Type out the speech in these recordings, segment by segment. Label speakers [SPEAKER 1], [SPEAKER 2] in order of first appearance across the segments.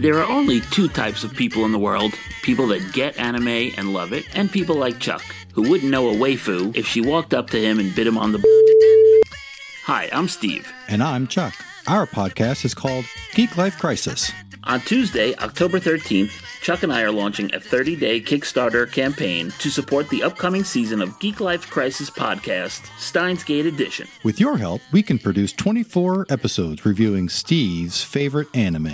[SPEAKER 1] There are only two types of people in the world people that get anime and love it, and people like Chuck, who wouldn't know a waifu if she walked up to him and bit him on the. Hi, I'm Steve.
[SPEAKER 2] And I'm Chuck. Our podcast is called Geek Life Crisis.
[SPEAKER 1] On Tuesday, October 13th, Chuck and I are launching a 30 day Kickstarter campaign to support the upcoming season of Geek Life Crisis podcast, Steins Gate Edition.
[SPEAKER 2] With your help, we can produce 24 episodes reviewing Steve's favorite anime.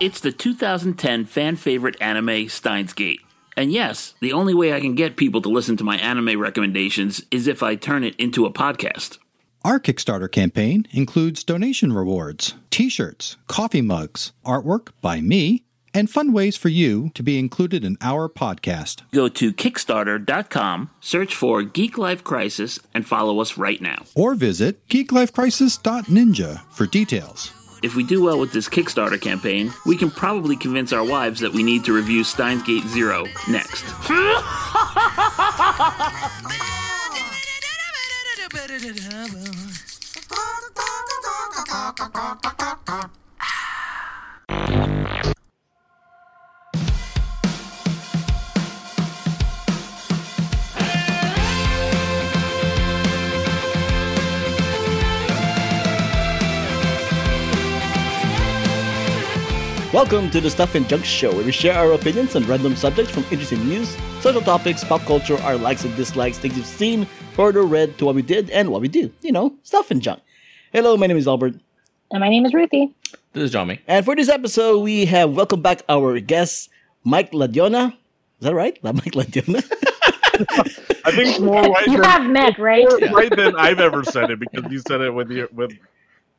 [SPEAKER 1] It's the 2010 fan favorite anime Steins Gate. And yes, the only way I can get people to listen to my anime recommendations is if I turn it into a podcast.
[SPEAKER 2] Our Kickstarter campaign includes donation rewards, t shirts, coffee mugs, artwork by me, and fun ways for you to be included in our podcast.
[SPEAKER 1] Go to Kickstarter.com, search for Geek Life Crisis, and follow us right now.
[SPEAKER 2] Or visit geeklifecrisis.ninja for details.
[SPEAKER 1] If we do well with this Kickstarter campaign, we can probably convince our wives that we need to review Steins Gate Zero next.
[SPEAKER 3] Welcome to the Stuff and Junk Show, where we share our opinions on random subjects from interesting news, social topics, pop culture, our likes and dislikes, things we've seen, heard, or read, to what we did and what we do. You know, stuff and junk. Hello, my name is Albert.
[SPEAKER 4] And my name is Ruthie.
[SPEAKER 5] This is Johnny.
[SPEAKER 3] And for this episode, we have welcomed back our guest, Mike Ladiona. Is that right? La- Mike Ladiona?
[SPEAKER 6] I think it's more right
[SPEAKER 4] You
[SPEAKER 6] than,
[SPEAKER 4] have met, right?
[SPEAKER 6] more right than I've ever said it because you said it with your, with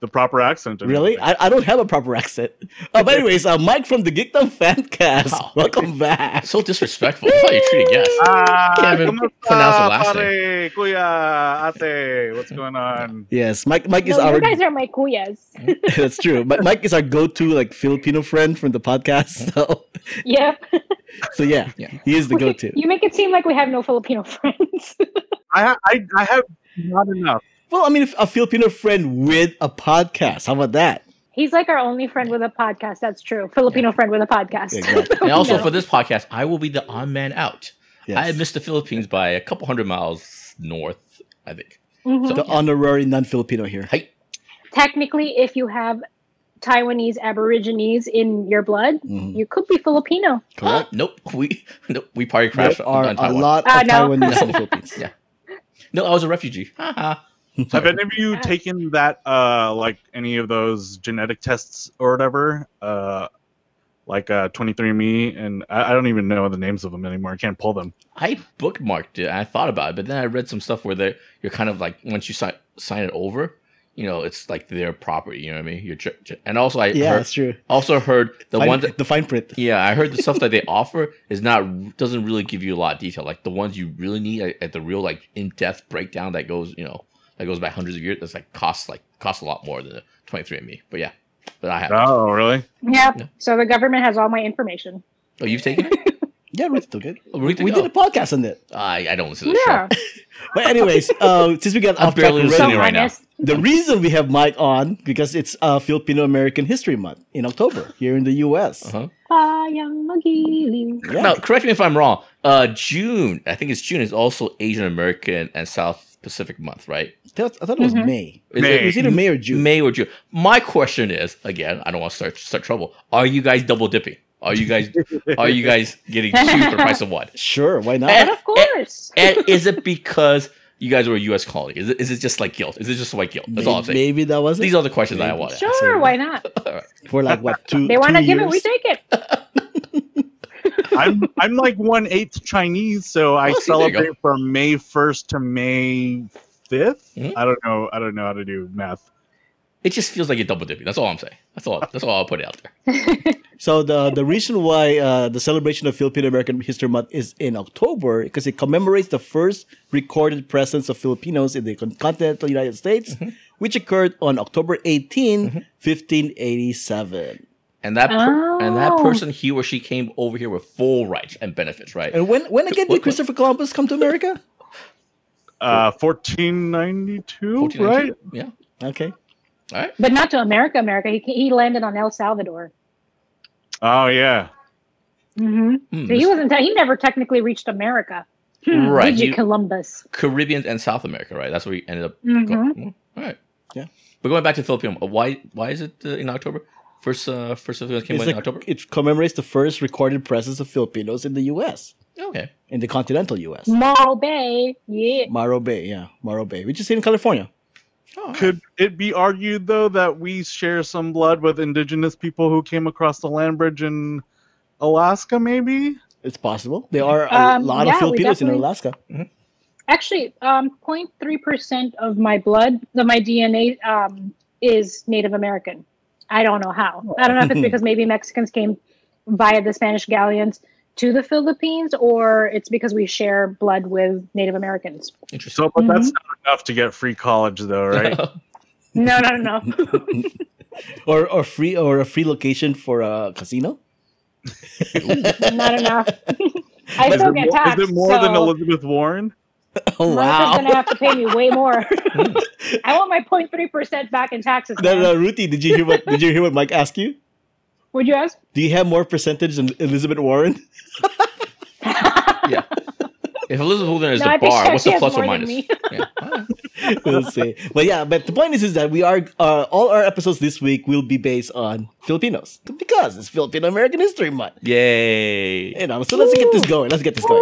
[SPEAKER 6] the proper accent. and
[SPEAKER 3] really?
[SPEAKER 6] everything.
[SPEAKER 3] I, I don't have a proper accent. Uh, but anyways, uh, Mike from the Geekdom Fancast.
[SPEAKER 5] Wow.
[SPEAKER 3] Welcome back.
[SPEAKER 5] So disrespectful. That's how you treat a guest.
[SPEAKER 6] Ah,
[SPEAKER 5] Can't even
[SPEAKER 6] ¿cómo
[SPEAKER 5] pronounce the
[SPEAKER 6] está,
[SPEAKER 5] last
[SPEAKER 6] pare? Kuya, ate, what's going on?
[SPEAKER 3] Yes, Mike. Mike is
[SPEAKER 4] No,
[SPEAKER 3] our
[SPEAKER 4] you guys are my kuyas.
[SPEAKER 3] That's true. Mi- Mike is our go-to like Filipino friend from the podcast. So,
[SPEAKER 4] yep.
[SPEAKER 3] so yeah,
[SPEAKER 5] Yeah.
[SPEAKER 3] he is the
[SPEAKER 4] We-
[SPEAKER 3] go-to.
[SPEAKER 4] You make it seem like we have no Filipino friends.
[SPEAKER 6] I, ha- I, I have not enough.
[SPEAKER 3] Well, I mean, if a Filipino friend with a podcast. How about that?
[SPEAKER 4] He's like our only friend with a podcast. That's true. Filipino friend with a podcast.
[SPEAKER 3] Exactly.
[SPEAKER 5] And also
[SPEAKER 4] No.
[SPEAKER 5] for this podcast, I will be the odd man out. I
[SPEAKER 3] Yes.
[SPEAKER 5] had missed the Philippines by a couple hundred miles north, I think.
[SPEAKER 4] Mhm.
[SPEAKER 3] the honorary non-Filipino here.
[SPEAKER 5] Hi.
[SPEAKER 4] Technically, if you have Taiwanese Aborigines in your blood,
[SPEAKER 5] Mm-hmm.
[SPEAKER 3] Mhm.
[SPEAKER 4] you could be Filipino.
[SPEAKER 5] Uh,
[SPEAKER 3] Correct.
[SPEAKER 5] nope. We nope, we party
[SPEAKER 3] There
[SPEAKER 5] crashed
[SPEAKER 3] are
[SPEAKER 5] on
[SPEAKER 3] a
[SPEAKER 5] Taiwan.
[SPEAKER 3] lot of
[SPEAKER 4] Ah, no.
[SPEAKER 3] Taiwanese in the Philippines.
[SPEAKER 5] Yeah. No, I was a refugee. Ha ha.
[SPEAKER 6] Have any of you taken that, uh, like any of those genetic tests or whatever? Uh, like uh, 23andMe, and I, I don't even know the names of them anymore. I can't pull them.
[SPEAKER 5] I bookmarked it. And I thought about it, but then I read some stuff where they you're kind of like once you sign sign it over, you know, it's like their property. You know what I mean? You're, tr- tr- and also I
[SPEAKER 3] Yeah,
[SPEAKER 5] heard,
[SPEAKER 3] that's true.
[SPEAKER 5] also heard the
[SPEAKER 3] Fine-
[SPEAKER 5] one that
[SPEAKER 3] the fine print.
[SPEAKER 5] Yeah, I heard the stuff that they offer is not doesn't really give you a lot of detail. Like the ones you really need at, at the real like in depth breakdown that goes you know that goes back hundreds of years. That's like costs like costs a lot more than twenty three andme But yeah, but I have.
[SPEAKER 6] Oh, really?
[SPEAKER 4] Yep.
[SPEAKER 5] Yeah.
[SPEAKER 4] So the government has all my information.
[SPEAKER 5] Oh, you've taken it.
[SPEAKER 3] Yeah, Ruth took it.
[SPEAKER 5] Oh, we
[SPEAKER 3] We did a podcast on it.
[SPEAKER 5] Uh, I I don't listen to the
[SPEAKER 4] Yeah.
[SPEAKER 5] show.
[SPEAKER 3] But anyways, uh, since we got
[SPEAKER 5] I'm
[SPEAKER 3] off track
[SPEAKER 5] barely
[SPEAKER 3] already,
[SPEAKER 4] So
[SPEAKER 5] Sitting right now.
[SPEAKER 4] honest.
[SPEAKER 3] the reason we have Mike on because it's uh, Filipino American History Month in October here in the U.S.
[SPEAKER 5] Uh-huh.
[SPEAKER 4] Sayang magiliw.
[SPEAKER 3] Yeah.
[SPEAKER 5] Now, correct me if I'm wrong. Uh, June, I think it's June is also Asian American and South Pacific month, right?
[SPEAKER 3] I thought I thought it was
[SPEAKER 4] Mhm.
[SPEAKER 3] May.
[SPEAKER 5] Is
[SPEAKER 6] May.
[SPEAKER 3] It was either May or June.
[SPEAKER 5] May or June. My question is again, I don't want to start start trouble. Are you guys double dipping? Are you guys are Oh, you guys getting two for the price of one?
[SPEAKER 3] Sure, why
[SPEAKER 5] Eh,
[SPEAKER 3] not?
[SPEAKER 4] But of course.
[SPEAKER 5] And is it because you guys were a U.S. colony? Is it is it just like guilt? Is it just white guilt? That's
[SPEAKER 3] maybe,
[SPEAKER 5] all I'm saying.
[SPEAKER 3] maybe that was it.
[SPEAKER 5] These are the questions that I want. to ask.
[SPEAKER 4] Sure, why not?
[SPEAKER 3] for like what two?
[SPEAKER 4] They want
[SPEAKER 3] two
[SPEAKER 4] to give it, we
[SPEAKER 3] years?
[SPEAKER 4] take it.
[SPEAKER 6] I'm I'm like one eighth Chinese, so I
[SPEAKER 5] Oh, see, there you go.
[SPEAKER 6] celebrate from May first to May 5th
[SPEAKER 5] Mhm.
[SPEAKER 6] I don't know. I don't know how to do math.
[SPEAKER 5] It just feels like a double dipping. That's all I'm saying. That's all. That's all I'll put out there.
[SPEAKER 3] So the the reason why uh, the celebration of Filipino American History Month is in October because it commemorates the first recorded presence of Filipinos in the con- continental United States,
[SPEAKER 5] Mm-hmm.
[SPEAKER 3] which occurred on October 18, 1587.
[SPEAKER 5] And that per- and
[SPEAKER 4] Oh.
[SPEAKER 5] that person, he or she, came over here with full rights and benefits, right?
[SPEAKER 3] And when when again
[SPEAKER 5] What-
[SPEAKER 3] did Christopher Columbus come to America?
[SPEAKER 6] Uh, fourteen ninety two, right?
[SPEAKER 5] 1492? Yeah.
[SPEAKER 3] Okay.
[SPEAKER 5] All right.
[SPEAKER 4] but not to America. America. He he landed on El Salvador.
[SPEAKER 6] Oh yeah.
[SPEAKER 4] hmm
[SPEAKER 5] Hmm,
[SPEAKER 4] So he wasn't. He never technically reached America. Hmm,
[SPEAKER 5] Right,
[SPEAKER 4] Did you,
[SPEAKER 5] you-
[SPEAKER 4] Columbus?
[SPEAKER 5] Caribbean and South America, right? That's where we ended up.
[SPEAKER 4] hmm
[SPEAKER 5] Going. All right.
[SPEAKER 3] Mm-hmm. Yeah.
[SPEAKER 5] But going back to Filipino, uh, why why is it uh, in October? First uh, first Filipinos came
[SPEAKER 3] It's
[SPEAKER 5] out in
[SPEAKER 3] like-
[SPEAKER 5] October.
[SPEAKER 3] It commemorates the first recorded presence of Filipinos in the U.S.
[SPEAKER 5] Okay.
[SPEAKER 3] in the continental U.S.
[SPEAKER 4] Morro Bay. Yeah.
[SPEAKER 3] Morro Bay, yeah, Morro Bay, which is in California.
[SPEAKER 5] Oh, all right.
[SPEAKER 6] Could it be argued though that we share some blood with indigenous people who came across the land bridge in Alaska? Maybe.
[SPEAKER 3] It's possible. There are a
[SPEAKER 4] Um,
[SPEAKER 3] lot
[SPEAKER 4] yeah,
[SPEAKER 3] of
[SPEAKER 4] we
[SPEAKER 3] Filipinos in
[SPEAKER 4] definitely-
[SPEAKER 3] Alaska.
[SPEAKER 4] Actually, um, 0.3% of my blood, of my DNA, um, is Native American. I don't know how. I don't know if it's because maybe Mexicans came via the Spanish galleons to the Philippines, or it's because we share blood with Native Americans.
[SPEAKER 6] So,
[SPEAKER 5] Interesting.
[SPEAKER 6] but that's not enough to get free college though, right?
[SPEAKER 4] No, no, no, no.
[SPEAKER 3] or or free or a free location for a casino.
[SPEAKER 4] not enough. I
[SPEAKER 6] is,
[SPEAKER 4] still
[SPEAKER 6] it
[SPEAKER 4] get
[SPEAKER 6] more,
[SPEAKER 4] taxed.
[SPEAKER 6] is it more
[SPEAKER 4] so
[SPEAKER 6] than Elizabeth Warren?
[SPEAKER 3] Oh
[SPEAKER 4] America's
[SPEAKER 3] wow!
[SPEAKER 4] gonna have to pay me way more. I want my 0.3% back in taxes.
[SPEAKER 3] No,
[SPEAKER 4] man.
[SPEAKER 3] no, Ruthie, did you hear what did you hear what Mike asked you?
[SPEAKER 4] Would you ask?
[SPEAKER 3] Do you have more percentage than Elizabeth Warren?
[SPEAKER 5] yeah. If Elizabeth Holden is
[SPEAKER 4] No,
[SPEAKER 5] the
[SPEAKER 4] I think
[SPEAKER 5] bar,
[SPEAKER 4] she
[SPEAKER 5] what's the
[SPEAKER 4] has
[SPEAKER 5] plus or
[SPEAKER 4] more than
[SPEAKER 5] minus?
[SPEAKER 4] me.
[SPEAKER 5] Yeah. All right.
[SPEAKER 3] we'll see. But yeah, but the point is, is that we are uh, all our episodes this week will be based on Filipinos because it's Filipino American History Month.
[SPEAKER 5] Yay.
[SPEAKER 3] You know, so let's get this going. Let's get this going.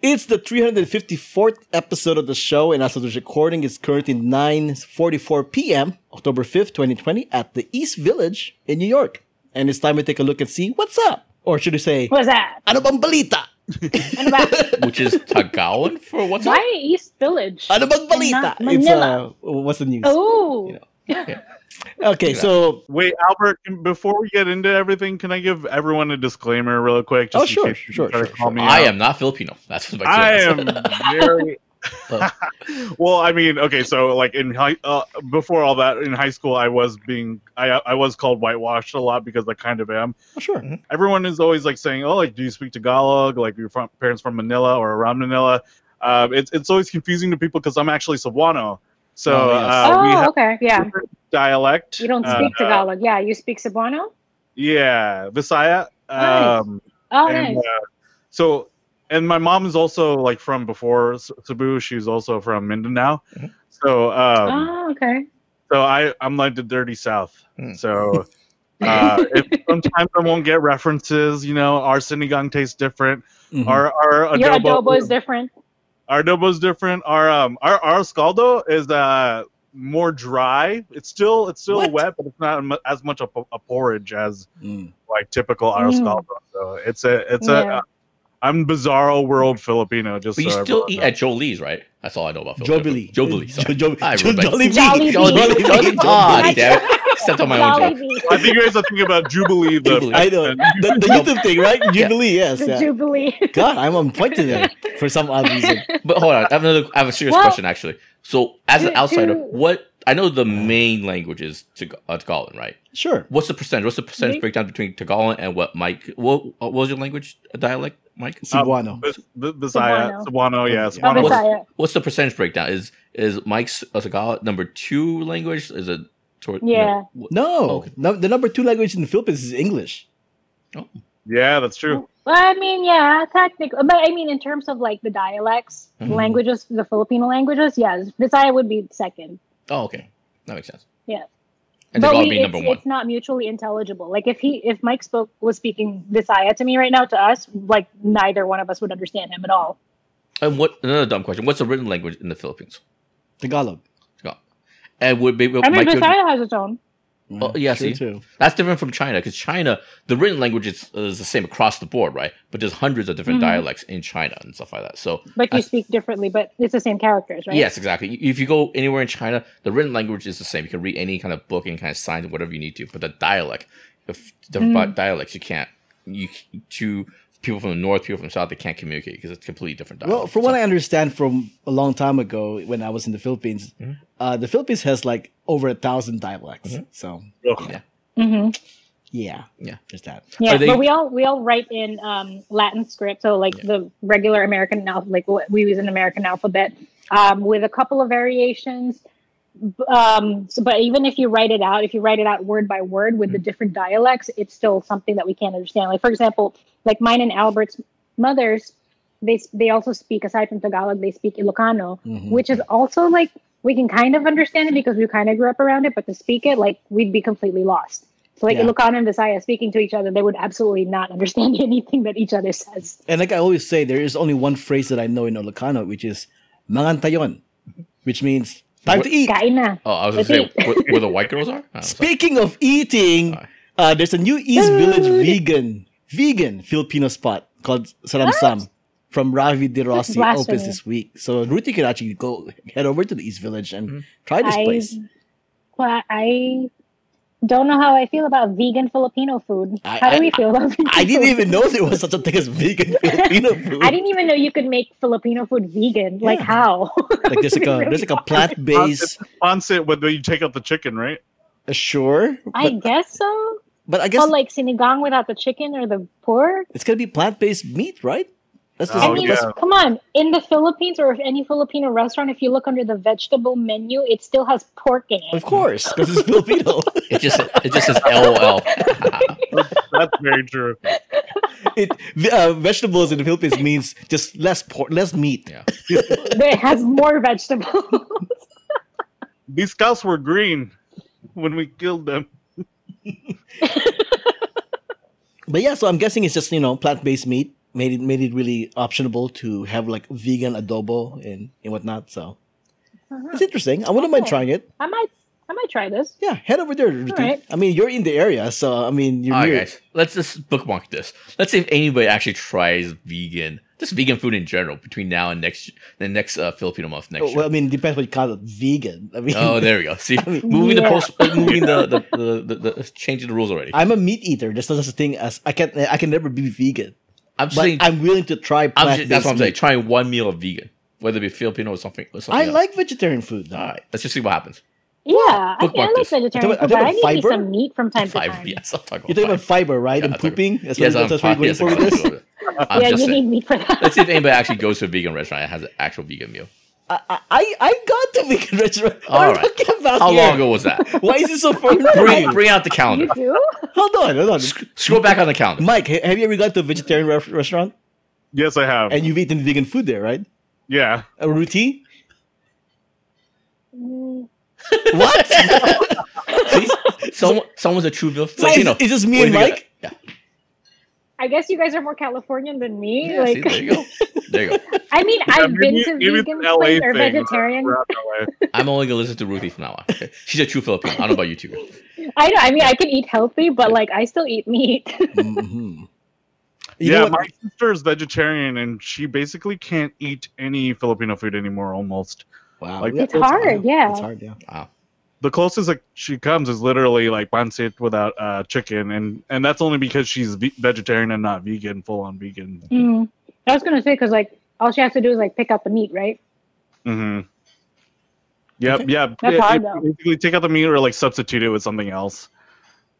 [SPEAKER 3] It's the 354th episode of the show, and as of this recording, it's currently 9.44 p.m., October 5th, 2020, at the East Village in New York. And it's time to take a look and see what's up. Or should we say,
[SPEAKER 4] What's that?
[SPEAKER 3] ano bang balita?
[SPEAKER 4] And about
[SPEAKER 5] Which is Tagawan for what's up?
[SPEAKER 4] why East Village?
[SPEAKER 3] Ano bang balita?
[SPEAKER 4] Manila.
[SPEAKER 3] It's, uh, what's the news?
[SPEAKER 4] Oh,
[SPEAKER 3] You know.
[SPEAKER 5] Okay.
[SPEAKER 3] Okay, so,
[SPEAKER 6] Wait, Albert. can- Before we get into everything, can I give everyone a disclaimer real quick?
[SPEAKER 3] Oh,
[SPEAKER 6] in
[SPEAKER 3] sure,
[SPEAKER 6] case you
[SPEAKER 3] sure,
[SPEAKER 6] try to
[SPEAKER 3] sure,
[SPEAKER 6] call
[SPEAKER 3] sure.
[SPEAKER 6] me
[SPEAKER 5] I
[SPEAKER 6] out?
[SPEAKER 5] am not Filipino. That's what my
[SPEAKER 6] I
[SPEAKER 5] kid
[SPEAKER 6] am very.
[SPEAKER 5] Oh.
[SPEAKER 6] well, I mean, okay, so like in high, uh, before all that, in high school, I was being, I, I was called whitewashed a lot because I kind of am.
[SPEAKER 3] oh, sure.
[SPEAKER 6] Everyone is always like saying, "Oh, like, do you speak Tagalog? Like, your from, parents from Manila or around Manila?" Uh, it's it's always confusing to people because I'm actually Cebuano, so
[SPEAKER 3] Oh, yes.
[SPEAKER 6] uh, we
[SPEAKER 4] oh,
[SPEAKER 6] have
[SPEAKER 4] okay, yeah.
[SPEAKER 6] different dialect.
[SPEAKER 4] You don't
[SPEAKER 6] Uh,
[SPEAKER 4] speak Tagalog, yeah. You speak Cebuano.
[SPEAKER 6] yeah, Visaya.
[SPEAKER 4] Nice.
[SPEAKER 6] Um,
[SPEAKER 4] Oh,
[SPEAKER 6] and,
[SPEAKER 4] nice.
[SPEAKER 6] uh, so, and my mom is also like from before S- Cebu. She's also from Mindanao.
[SPEAKER 5] Mhm.
[SPEAKER 6] So, um,
[SPEAKER 4] oh, okay.
[SPEAKER 6] so I I'm like the dirty South.
[SPEAKER 5] Mm.
[SPEAKER 6] So, uh, if sometimes I won't get references. You know, our sinigang tastes different.
[SPEAKER 3] Mhm.
[SPEAKER 6] Our our
[SPEAKER 4] Your
[SPEAKER 6] adobo,
[SPEAKER 4] adobo is different.
[SPEAKER 6] our adobo is different. Our um our our scaldo is uh more dry. It's still it's still
[SPEAKER 3] What?
[SPEAKER 6] wet, but it's not mu- as much a, po- a porridge as
[SPEAKER 3] Mm.
[SPEAKER 6] like typical our
[SPEAKER 4] Mm.
[SPEAKER 6] scaldo. So it's a it's a
[SPEAKER 4] Yeah.
[SPEAKER 6] uh, I'm bizarro world Filipino. Just
[SPEAKER 5] But you
[SPEAKER 6] so
[SPEAKER 5] still
[SPEAKER 6] everyone
[SPEAKER 5] eat
[SPEAKER 6] knows.
[SPEAKER 5] at Jolie's, right? That's all I know about
[SPEAKER 3] Jollibee.
[SPEAKER 5] Jollibee. sorry.
[SPEAKER 3] Jo- Jo-
[SPEAKER 5] I
[SPEAKER 3] Jo-
[SPEAKER 5] remember.
[SPEAKER 3] Jollibee.
[SPEAKER 4] Jollibee.
[SPEAKER 3] Jollibee.
[SPEAKER 5] Jollibee.
[SPEAKER 3] Ah,
[SPEAKER 5] Jollibee. Damn it. Stepped on my own joke.
[SPEAKER 4] Jollibee,
[SPEAKER 6] I think you guys are thinking about Jubilee. The
[SPEAKER 5] Jubilee.
[SPEAKER 3] I know. The, the YouTube thing, right? Jubilee, yes.
[SPEAKER 4] the
[SPEAKER 3] yeah.
[SPEAKER 4] Jubilee.
[SPEAKER 3] God, I'm on point today for some odd reason.
[SPEAKER 5] But hold on, I have another. I have a serious
[SPEAKER 4] Well-
[SPEAKER 5] question actually. So, as an
[SPEAKER 4] To-
[SPEAKER 5] outsider,
[SPEAKER 4] to-
[SPEAKER 5] what I know the main language is Tag- uh, Tagalog, right?
[SPEAKER 3] Sure.
[SPEAKER 5] What's the percentage? What's the percentage
[SPEAKER 4] Me?
[SPEAKER 5] breakdown between Tagalog and what Mike? What, what was your language uh, dialect, Mike?
[SPEAKER 3] Cebuano.
[SPEAKER 6] Bis- Bis- Bisaya,
[SPEAKER 4] Cebuano.
[SPEAKER 6] Cebuano, yeah,
[SPEAKER 4] Oh,
[SPEAKER 6] Cebuano.
[SPEAKER 5] What's-
[SPEAKER 4] Messiah.
[SPEAKER 5] What's the percentage breakdown? Is is Mike's uh, Tagalog number two language? Is it toward?
[SPEAKER 4] Yeah.
[SPEAKER 5] No, what-
[SPEAKER 3] No,
[SPEAKER 5] Okay.
[SPEAKER 3] no, the number two language in the Philippines is English.
[SPEAKER 6] Yeah, that's true.
[SPEAKER 4] Well, I mean, yeah, technically, but I mean, in terms of like the dialects,
[SPEAKER 5] Mhm.
[SPEAKER 4] languages, the Filipino languages, yes, Visaya would be second.
[SPEAKER 5] Oh, okay, that makes sense.
[SPEAKER 4] Yeah.
[SPEAKER 5] And
[SPEAKER 4] but
[SPEAKER 5] Tagalog
[SPEAKER 4] we,
[SPEAKER 5] being
[SPEAKER 4] it's,
[SPEAKER 5] number one.
[SPEAKER 4] it's not mutually intelligible. Like if he, if Mike spoke was speaking Visaya to me right now, to us, like neither one of us would understand him at all.
[SPEAKER 5] And what another dumb question? What's the written language in the Philippines?
[SPEAKER 3] Tagalog.
[SPEAKER 5] Tagalog. And would be
[SPEAKER 4] I mean,
[SPEAKER 5] Oh, Mike? would-
[SPEAKER 4] Visaya has its own.
[SPEAKER 5] Oh, yeah,
[SPEAKER 3] True,
[SPEAKER 5] see?
[SPEAKER 3] too.
[SPEAKER 5] That's different from China because China, the written language is, is the same across the board, right? But there's hundreds of different
[SPEAKER 4] Mhm.
[SPEAKER 5] dialects in China and stuff like that. So
[SPEAKER 4] But you
[SPEAKER 5] I-
[SPEAKER 4] speak differently, but it's the same characters, right?
[SPEAKER 5] yes, exactly. If you go anywhere in China, the written language is the same. You can read any kind of book, any kind of signs, whatever you need to. But the dialect, if different
[SPEAKER 4] Mm.
[SPEAKER 5] dialects, you can't. You c- two people from the north, people from the south, they can't communicate because it's completely different dialect.
[SPEAKER 3] Well, from what I understand from a long time ago when I was in the Philippines,
[SPEAKER 5] Mhm.
[SPEAKER 3] uh, the Philippines has like over a thousand dialects.
[SPEAKER 5] Mhm.
[SPEAKER 3] So,
[SPEAKER 6] Ugh.
[SPEAKER 4] hmm
[SPEAKER 3] yeah.
[SPEAKER 5] Yeah.
[SPEAKER 3] There's that.
[SPEAKER 4] Yeah,
[SPEAKER 5] Are they-
[SPEAKER 4] but we all we all write in um, Latin script, so like
[SPEAKER 5] Yeah.
[SPEAKER 4] the regular American alphabet, like what we use an American alphabet, um, with a couple of variations. um, so, but even if you write it out, if you write it out word by word with the
[SPEAKER 5] Mm-hmm.
[SPEAKER 4] different dialects, it's still something that we can't understand. Like for example, like mine and Albert's mothers, they they also speak aside from Tagalog, they speak Ilocano,
[SPEAKER 3] Mhm.
[SPEAKER 4] which is also like we can kind of understand it because we kind of grew up around it, but to speak it, like we'd be completely lost. So like
[SPEAKER 3] Yeah.
[SPEAKER 4] Ilocano and Visaya speaking to each other, they would absolutely not understand anything that each other says.
[SPEAKER 3] And like I always say, there is only one phrase that I know in Olacano, which is mangantayon, which means time to eat.
[SPEAKER 4] Kain na.
[SPEAKER 5] Oh, I was gonna
[SPEAKER 4] Okay.
[SPEAKER 5] say where, where the white girls are. Oh, sorry.
[SPEAKER 3] Speaking of eating,
[SPEAKER 5] Alright.
[SPEAKER 3] uh, there's a new East Village
[SPEAKER 4] Food.
[SPEAKER 3] vegan vegan Filipino spot called Saramsam from Ravi De Rossi
[SPEAKER 4] blasphemy.
[SPEAKER 3] opens this week. So Ruti can actually go head over to the East Village and
[SPEAKER 6] Mm-hmm.
[SPEAKER 3] try this
[SPEAKER 4] I-
[SPEAKER 3] place.
[SPEAKER 4] Well, I don't know how I feel about vegan Filipino food.
[SPEAKER 3] I-
[SPEAKER 4] how do
[SPEAKER 3] I-
[SPEAKER 4] we feel about vegan
[SPEAKER 3] I didn't
[SPEAKER 4] Filipino
[SPEAKER 3] even know there was such a thing as vegan Filipino food.
[SPEAKER 4] I didn't even know you could make Filipino food vegan. Like
[SPEAKER 3] Yeah.
[SPEAKER 4] how?
[SPEAKER 3] like there's like a
[SPEAKER 4] Really
[SPEAKER 3] there's like a plant based
[SPEAKER 6] Ponce, whether you take out the chicken, right?
[SPEAKER 3] sure.
[SPEAKER 4] I
[SPEAKER 3] But,
[SPEAKER 4] guess so.
[SPEAKER 3] but I
[SPEAKER 4] Or
[SPEAKER 3] guess
[SPEAKER 4] like sinigang without the chicken or the pork.
[SPEAKER 3] it's gonna be plant based meat, right? That's
[SPEAKER 4] I
[SPEAKER 6] Oh,
[SPEAKER 4] mean,
[SPEAKER 6] yeah.
[SPEAKER 4] come on. In the Philippines or if any Filipino restaurant, if you look under the vegetable menu, it still has pork in it.
[SPEAKER 3] Of course, because it's Filipino.
[SPEAKER 5] It just it just says LOL.
[SPEAKER 6] That's very true.
[SPEAKER 3] it, the, uh, vegetables in the Philippines means just less pork, less meat.
[SPEAKER 5] yeah.
[SPEAKER 4] It has more vegetables.
[SPEAKER 6] These cows were green when we killed them.
[SPEAKER 3] But yeah, so I'm guessing it's just you know plant based meat made it made it really optionable to have like vegan adobo and and whatnot. So it's interesting. I wouldn't mind
[SPEAKER 4] Oh.
[SPEAKER 3] trying it.
[SPEAKER 4] I might, I might try this.
[SPEAKER 3] Yeah, head over there. Ruti.
[SPEAKER 4] right.
[SPEAKER 3] I mean, you're in the area, so I mean, you're
[SPEAKER 5] All right,
[SPEAKER 3] near.
[SPEAKER 5] guys. Let's just bookmark this. Let's see if anybody actually tries vegan, just vegan food in general, between now and next the next uh, Filipino month next
[SPEAKER 3] Oh, well, I
[SPEAKER 5] year.
[SPEAKER 3] mean, depends what you call it vegan. I mean,
[SPEAKER 5] Oh, there we go. See, moving the
[SPEAKER 4] Yeah.
[SPEAKER 5] post, moving the the, the, the the changing the rules already.
[SPEAKER 3] I'm a meat eater. There's no such thing as I can. I can never be vegan,
[SPEAKER 5] I'm
[SPEAKER 3] but
[SPEAKER 5] saying, I'm
[SPEAKER 3] I'm willing to try.
[SPEAKER 5] just,
[SPEAKER 3] Plant-based
[SPEAKER 5] that's what I'm saying.
[SPEAKER 3] meat.
[SPEAKER 5] Try one meal of vegan, whether it be Filipino or something. Or something
[SPEAKER 3] I
[SPEAKER 5] else.
[SPEAKER 3] like vegetarian food.
[SPEAKER 5] All
[SPEAKER 3] Now.
[SPEAKER 5] right, let's just see what happens.
[SPEAKER 4] Yeah, I, I
[SPEAKER 5] bookmark
[SPEAKER 4] like
[SPEAKER 5] this.
[SPEAKER 4] vegetarian
[SPEAKER 3] Are they- are they
[SPEAKER 4] food, but I
[SPEAKER 3] about
[SPEAKER 4] need me
[SPEAKER 3] fiber?
[SPEAKER 4] some meat from time to
[SPEAKER 5] Five.
[SPEAKER 4] time.
[SPEAKER 5] Yes, I'm talking
[SPEAKER 3] You're talking about
[SPEAKER 5] about five.
[SPEAKER 3] fiber, right?
[SPEAKER 5] Yeah,
[SPEAKER 3] and
[SPEAKER 5] I'm talking-
[SPEAKER 3] pooping. That's
[SPEAKER 5] Yes,
[SPEAKER 3] what,
[SPEAKER 5] I'm
[SPEAKER 3] that's what we're
[SPEAKER 5] fine.
[SPEAKER 3] going
[SPEAKER 5] Yes,
[SPEAKER 3] for with this.
[SPEAKER 5] exactly. I'm
[SPEAKER 4] yeah,
[SPEAKER 5] just
[SPEAKER 4] you
[SPEAKER 5] saying.
[SPEAKER 4] need meat for that.
[SPEAKER 5] Let's see if anybody actually goes to a vegan restaurant and has an actual vegan meal.
[SPEAKER 3] I, I- I, I got to vegan restaurant.
[SPEAKER 5] All
[SPEAKER 3] What are you
[SPEAKER 5] right.
[SPEAKER 3] talking about
[SPEAKER 5] How
[SPEAKER 3] here?
[SPEAKER 5] long ago was that?
[SPEAKER 3] Why is it so far?
[SPEAKER 5] Bring, bring out the calendar.
[SPEAKER 4] You do?
[SPEAKER 3] Hold on, hold on.
[SPEAKER 5] Scroll back on the calendar.
[SPEAKER 3] Mike, ha- have you ever gone to a vegetarian re- restaurant
[SPEAKER 6] Yes, I have.
[SPEAKER 3] and you've eaten vegan food there, right?
[SPEAKER 6] yeah.
[SPEAKER 3] A routine?
[SPEAKER 4] Mm,
[SPEAKER 3] What?
[SPEAKER 5] See, someone, someone's a true Filipino.
[SPEAKER 3] Like, is- is this me
[SPEAKER 5] Way
[SPEAKER 3] and
[SPEAKER 5] to get
[SPEAKER 3] Mike?
[SPEAKER 5] it.
[SPEAKER 4] I guess you guys are more Californian than me.
[SPEAKER 5] Yeah. yeah see,
[SPEAKER 4] like,
[SPEAKER 5] there you go. There you go.
[SPEAKER 4] I mean, I've been
[SPEAKER 6] maybe-
[SPEAKER 4] to
[SPEAKER 6] maybe it's
[SPEAKER 4] vegan
[SPEAKER 6] an LA
[SPEAKER 4] place or
[SPEAKER 6] thing.
[SPEAKER 4] vegetarian.
[SPEAKER 6] We're out in LA.
[SPEAKER 5] I'm only gonna listen to Ruthie from now on. Okay? She's a true Filipino. I don't know about you two.
[SPEAKER 4] I know. I mean, I can eat healthy, but like, I still eat meat.
[SPEAKER 5] Mm-hmm.
[SPEAKER 3] Mhm. You
[SPEAKER 6] yeah,
[SPEAKER 3] know what?
[SPEAKER 6] my sister is vegetarian and she basically can't eat any Filipino food anymore. Almost
[SPEAKER 3] wow,
[SPEAKER 6] like,
[SPEAKER 3] yeah,
[SPEAKER 6] It's
[SPEAKER 4] hard, yeah.
[SPEAKER 3] It's hard, yeah.
[SPEAKER 6] the closest like she comes is literally like pancit without uh, chicken, and and that's only because she's ve- vegetarian and not vegan, full on vegan.
[SPEAKER 4] Mm. I was gonna say because like all she has to do is like pick out the meat, right?
[SPEAKER 6] Mm-hmm. Yep, yeah.
[SPEAKER 4] That's
[SPEAKER 6] yeah,
[SPEAKER 4] hard,
[SPEAKER 6] you
[SPEAKER 4] though.
[SPEAKER 6] Basically, take out the meat or like substitute it with something else.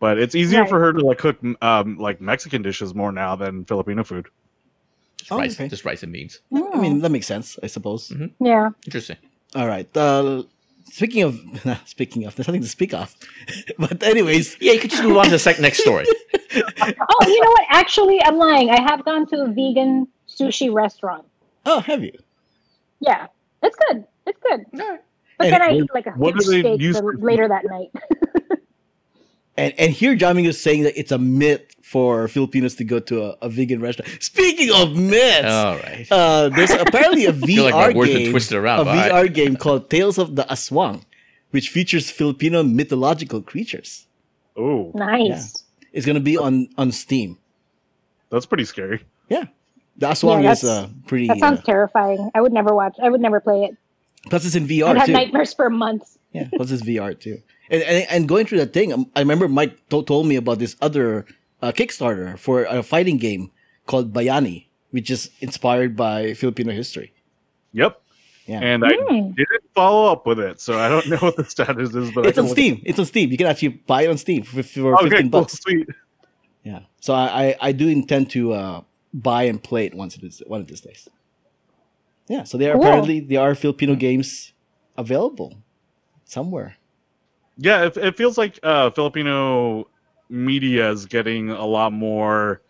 [SPEAKER 6] But it's easier for her to like cook um, like Mexican dishes more now than Filipino food.
[SPEAKER 5] Just
[SPEAKER 3] Oh,
[SPEAKER 5] rice,
[SPEAKER 3] okay.
[SPEAKER 5] just rice and beans.
[SPEAKER 3] I mean, that makes sense, I suppose.
[SPEAKER 5] Mm.
[SPEAKER 4] yeah.
[SPEAKER 5] Interesting.
[SPEAKER 3] All right. Uh, speaking of, speaking of, there's nothing to speak of. but anyways,
[SPEAKER 5] Yeah, you could just move on to the sec- next story.
[SPEAKER 4] Oh, you know what? Actually, I'm lying. I have gone to a vegan sushi restaurant.
[SPEAKER 3] oh, have you?
[SPEAKER 4] Yeah, it's good. It's good. But
[SPEAKER 3] And
[SPEAKER 4] then I
[SPEAKER 6] what-
[SPEAKER 4] eat like a
[SPEAKER 6] what
[SPEAKER 4] huge
[SPEAKER 6] do they
[SPEAKER 4] steak
[SPEAKER 6] use
[SPEAKER 4] the-
[SPEAKER 6] for-
[SPEAKER 4] later that night.
[SPEAKER 3] And and here Jamming is saying that it's a myth for Filipinos to go to a, a vegan restaurant. Speaking of myths,
[SPEAKER 5] All right.
[SPEAKER 3] uh, there's apparently a
[SPEAKER 5] Oh. feel
[SPEAKER 3] VR
[SPEAKER 5] like my words been
[SPEAKER 3] game,
[SPEAKER 5] twisted around,
[SPEAKER 3] a
[SPEAKER 5] but
[SPEAKER 3] VR
[SPEAKER 5] I-
[SPEAKER 3] game called Tales of the Aswang, which features Filipino mythological creatures.
[SPEAKER 6] Oh,
[SPEAKER 4] Nice.
[SPEAKER 3] It's gonna be on on Steam.
[SPEAKER 6] that's pretty scary.
[SPEAKER 3] Yeah, the Aswang
[SPEAKER 4] Yeah,
[SPEAKER 3] is
[SPEAKER 4] that's-
[SPEAKER 3] uh, pretty.
[SPEAKER 4] That sounds
[SPEAKER 3] uh,
[SPEAKER 4] terrifying. I would never watch. I would never play it.
[SPEAKER 3] plus, it's in
[SPEAKER 4] I've
[SPEAKER 3] VR
[SPEAKER 4] had
[SPEAKER 3] too.
[SPEAKER 4] nightmares for months.
[SPEAKER 3] Yeah, plus it's VR too. And, and and going through that thing, um, I remember Mike to- told me about this other uh, Kickstarter for a fighting game called Bayani, which is inspired by Filipino history.
[SPEAKER 6] Yep.
[SPEAKER 3] Yeah.
[SPEAKER 6] And I
[SPEAKER 4] Mm.
[SPEAKER 6] didn't follow up with it, so I don't know what the status is. But I
[SPEAKER 3] it's
[SPEAKER 6] can
[SPEAKER 3] on
[SPEAKER 6] look-
[SPEAKER 3] Steam. It's on Steam. You can actually buy it on Steam for, fif- for
[SPEAKER 6] Oh, Okay,
[SPEAKER 3] fifteen
[SPEAKER 6] cool,
[SPEAKER 3] bucks.
[SPEAKER 6] sweet.
[SPEAKER 3] Yeah. So I, I, I do intend to uh, buy and play it once it is one of these days. Yeah. So they are
[SPEAKER 4] Cool.
[SPEAKER 3] apparently there are Filipino games available. somewhere.
[SPEAKER 6] Yeah, it, it feels like uh, Filipino media is getting a lot more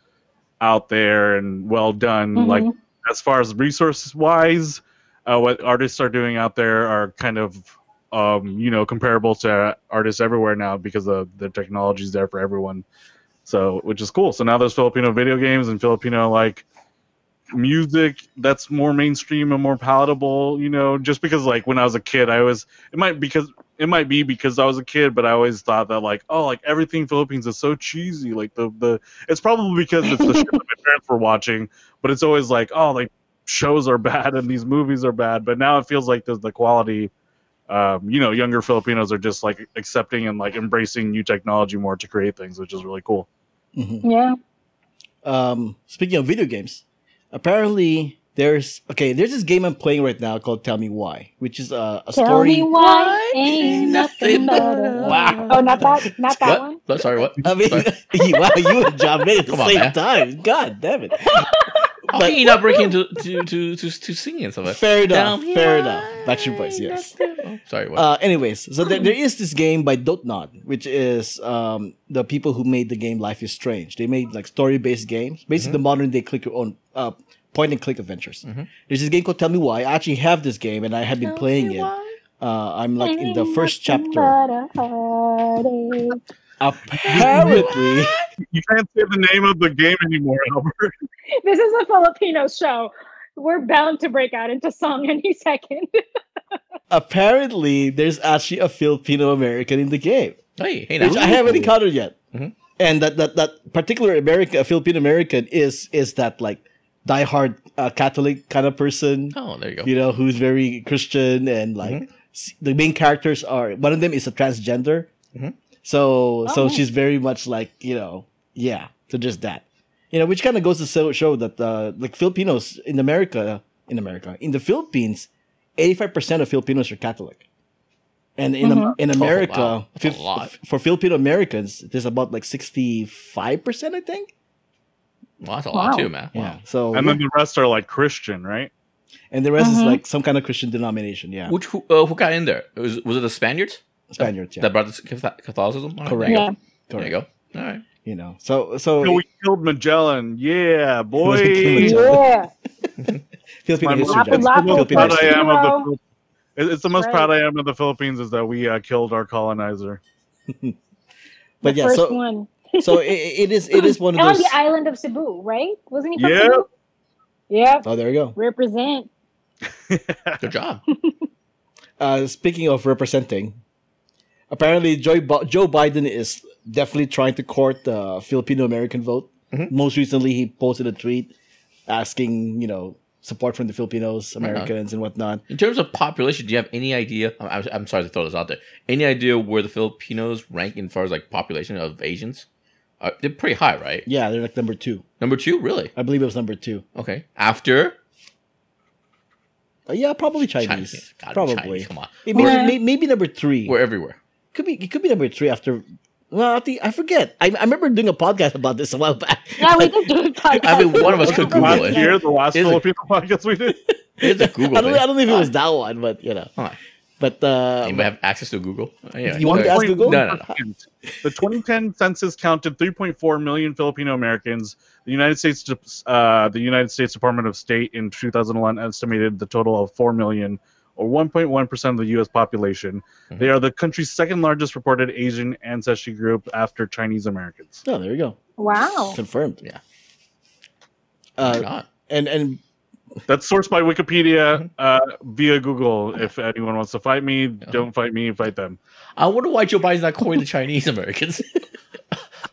[SPEAKER 6] out there and well done. Like
[SPEAKER 4] Mhm.
[SPEAKER 6] as far as resource wise, uh, what artists are doing out there are kind of um, you know comparable to artists everywhere now because the the technology is there for everyone. So which is cool. So now there's Filipino video games and Filipino like music that's more mainstream and more palatable. You know, just because like when I was a kid, I was it might because it might be because I was a kid, but I always thought that like, oh, like everything Philippines is so cheesy. Like the the it's probably because it's the shit that my parents were watching, but it's always like, oh, like shows are bad and these movies are bad. But now it feels like there's the quality. Um, you know, younger Filipinos are just like accepting and like embracing new technology more to create things, which is really cool.
[SPEAKER 3] Mhm.
[SPEAKER 4] Yeah.
[SPEAKER 3] Um, speaking of video games, apparently there's okay. There's this game I'm playing right now called Tell Me Why, which is uh, a
[SPEAKER 4] Tell
[SPEAKER 3] story.
[SPEAKER 4] me why ain't nothing but a
[SPEAKER 5] Wow.
[SPEAKER 4] Oh, not that, not that
[SPEAKER 5] What?
[SPEAKER 4] one.
[SPEAKER 5] What? Sorry, what?
[SPEAKER 3] I mean, wow, you and John made it at the
[SPEAKER 5] Come on,
[SPEAKER 3] same
[SPEAKER 5] man.
[SPEAKER 3] time. God damn it.
[SPEAKER 5] How can you not break into to to to, to singing and stuff like
[SPEAKER 3] Fair
[SPEAKER 5] Tell
[SPEAKER 3] enough.
[SPEAKER 5] me
[SPEAKER 3] Fair
[SPEAKER 5] why
[SPEAKER 3] enough. Backstreet Boys, yes.
[SPEAKER 5] Oh, sorry, what?
[SPEAKER 3] Uh, anyways, so there, there is this game by Dotnod, which is um, the people who made the game Life is Strange. They made like story based games, basically the modern day click your own uh, point and click adventures. There's this game called Tell Me Why. I actually have this game and I have been playing it. Uh, I'm like in the
[SPEAKER 4] Ain't
[SPEAKER 3] first
[SPEAKER 4] nothing
[SPEAKER 3] chapter.
[SPEAKER 4] but a heartache.
[SPEAKER 3] Apparently,
[SPEAKER 6] You can't say the name of the game anymore, Albert.
[SPEAKER 4] This is a Filipino show. We're bound to break out into song any second.
[SPEAKER 3] apparently, there's actually a Filipino American in the game.
[SPEAKER 5] hey, hey,
[SPEAKER 3] which I
[SPEAKER 5] now.
[SPEAKER 3] haven't encountered yet.
[SPEAKER 5] Mhm.
[SPEAKER 3] And that, that that particular American, Filipino American, is is that like diehard uh, Catholic kind of person,
[SPEAKER 5] Oh, there you go.
[SPEAKER 3] you know, who's very Christian and like
[SPEAKER 5] Mm-hmm.
[SPEAKER 3] s- the main characters are one of them is a transgender,
[SPEAKER 5] Mhm.
[SPEAKER 3] so so
[SPEAKER 4] Oh.
[SPEAKER 3] she's very much like you know yeah, so just that, you know, which kind of goes to so- show that uh, like Filipinos in America, in America, in the Philippines, eighty five percent of Filipinos are Catholic. And in, Am-
[SPEAKER 4] Mhm.
[SPEAKER 3] in America,
[SPEAKER 5] Oh, wow. That's a
[SPEAKER 3] fif-
[SPEAKER 5] lot.
[SPEAKER 3] f- for Filipino Americans, there's about like 65%, I think.
[SPEAKER 5] Well, that's a lot
[SPEAKER 4] Wow.
[SPEAKER 5] too, man.
[SPEAKER 3] Yeah. So,
[SPEAKER 6] And then the rest are like Christian, right?
[SPEAKER 3] and the rest is
[SPEAKER 4] Mhm.
[SPEAKER 3] like some kind of Christian denomination. Yeah.
[SPEAKER 5] Which who, uh, who got in there? Was, was it the Spaniards
[SPEAKER 3] Spaniards. Yeah.
[SPEAKER 5] that brought this Catho- Catholicism? All right,
[SPEAKER 3] Correct.
[SPEAKER 5] There you
[SPEAKER 4] Yeah.
[SPEAKER 5] go. There you go. All right.
[SPEAKER 3] You know, so, so
[SPEAKER 6] So we killed Magellan. Yeah, boy.
[SPEAKER 3] Magellan.
[SPEAKER 4] Yeah.
[SPEAKER 3] Filipino
[SPEAKER 6] My
[SPEAKER 3] history.
[SPEAKER 6] mom-
[SPEAKER 3] Japanese-
[SPEAKER 4] Lapu-lapu.
[SPEAKER 6] most
[SPEAKER 3] Filipino
[SPEAKER 6] proud I
[SPEAKER 3] history.
[SPEAKER 6] am of the.
[SPEAKER 4] Filipino.
[SPEAKER 6] It- It's the most
[SPEAKER 4] Right.
[SPEAKER 6] proud I am of the Philippines is that we uh, killed our colonizer.
[SPEAKER 3] But
[SPEAKER 4] the
[SPEAKER 3] yeah,
[SPEAKER 4] first
[SPEAKER 3] so,
[SPEAKER 4] one.
[SPEAKER 3] so it, it is, it is one of
[SPEAKER 4] And on
[SPEAKER 3] those.
[SPEAKER 4] the island of Cebu, right? Wasn't he from
[SPEAKER 6] Yeah.
[SPEAKER 4] Cebu? Yep.
[SPEAKER 3] Oh, there you go.
[SPEAKER 4] Represent.
[SPEAKER 5] Good job.
[SPEAKER 3] Uh, speaking of representing, apparently Joe, Bi- Joe Biden is definitely trying to court the Filipino American vote.
[SPEAKER 5] Mhm.
[SPEAKER 3] Most recently, he posted a tweet asking, you know, support from the Filipinos,
[SPEAKER 5] on.
[SPEAKER 3] Americans, and whatnot.
[SPEAKER 5] In terms of population, do you have any idea? I'm, I'm- I'm sorry to throw this out there. Any idea where the Filipinos rank in far as like population of Asians? Uh, they're pretty high, right?
[SPEAKER 3] Yeah, they're like number two.
[SPEAKER 5] Number two, really?
[SPEAKER 3] I believe it was number two.
[SPEAKER 5] Okay. After
[SPEAKER 3] Uh, yeah, probably Chinese.
[SPEAKER 5] Chinese. Gotta be
[SPEAKER 3] probably.
[SPEAKER 5] Chinese. Come on.
[SPEAKER 3] It may-
[SPEAKER 4] Yeah.
[SPEAKER 3] may- maybe number three.
[SPEAKER 5] We're everywhere.
[SPEAKER 3] Could be. It could be number three after. Well, I think I forget. I, I remember doing a podcast about this a while back.
[SPEAKER 4] Yeah, we could do a podcast.
[SPEAKER 5] I mean, one of us could Google
[SPEAKER 6] Last
[SPEAKER 5] it.
[SPEAKER 6] year, the last
[SPEAKER 5] Is it-
[SPEAKER 6] Filipino podcast we did.
[SPEAKER 5] It's a Google.
[SPEAKER 3] I don't, I
[SPEAKER 5] thing.
[SPEAKER 3] don't know if it was that one, but you know.
[SPEAKER 5] Come on.
[SPEAKER 3] But uh,
[SPEAKER 5] Anybody have access to Google? Anyway,
[SPEAKER 3] You want
[SPEAKER 5] okay.
[SPEAKER 3] to ask Google?
[SPEAKER 5] No, no, no.
[SPEAKER 6] The 2010 census counted 3.4 million Filipino Americans. The United States, de- uh, the United States Department of State in 2011 estimated the total of 4 million, or 1.1 percent of the U.S. population.
[SPEAKER 3] Mm-hmm.
[SPEAKER 6] They are the country's second largest reported Asian ancestry group after Chinese Americans.
[SPEAKER 3] oh, there you go.
[SPEAKER 4] wow.
[SPEAKER 3] Confirmed.
[SPEAKER 5] Yeah. Why
[SPEAKER 3] Uh,
[SPEAKER 5] not?
[SPEAKER 3] and and
[SPEAKER 6] That's sourced by Wikipedia uh, via Google. If anyone wants to fight me, don't fight me. Fight them.
[SPEAKER 5] I wonder why Joe Biden's not courting the Chinese Americans.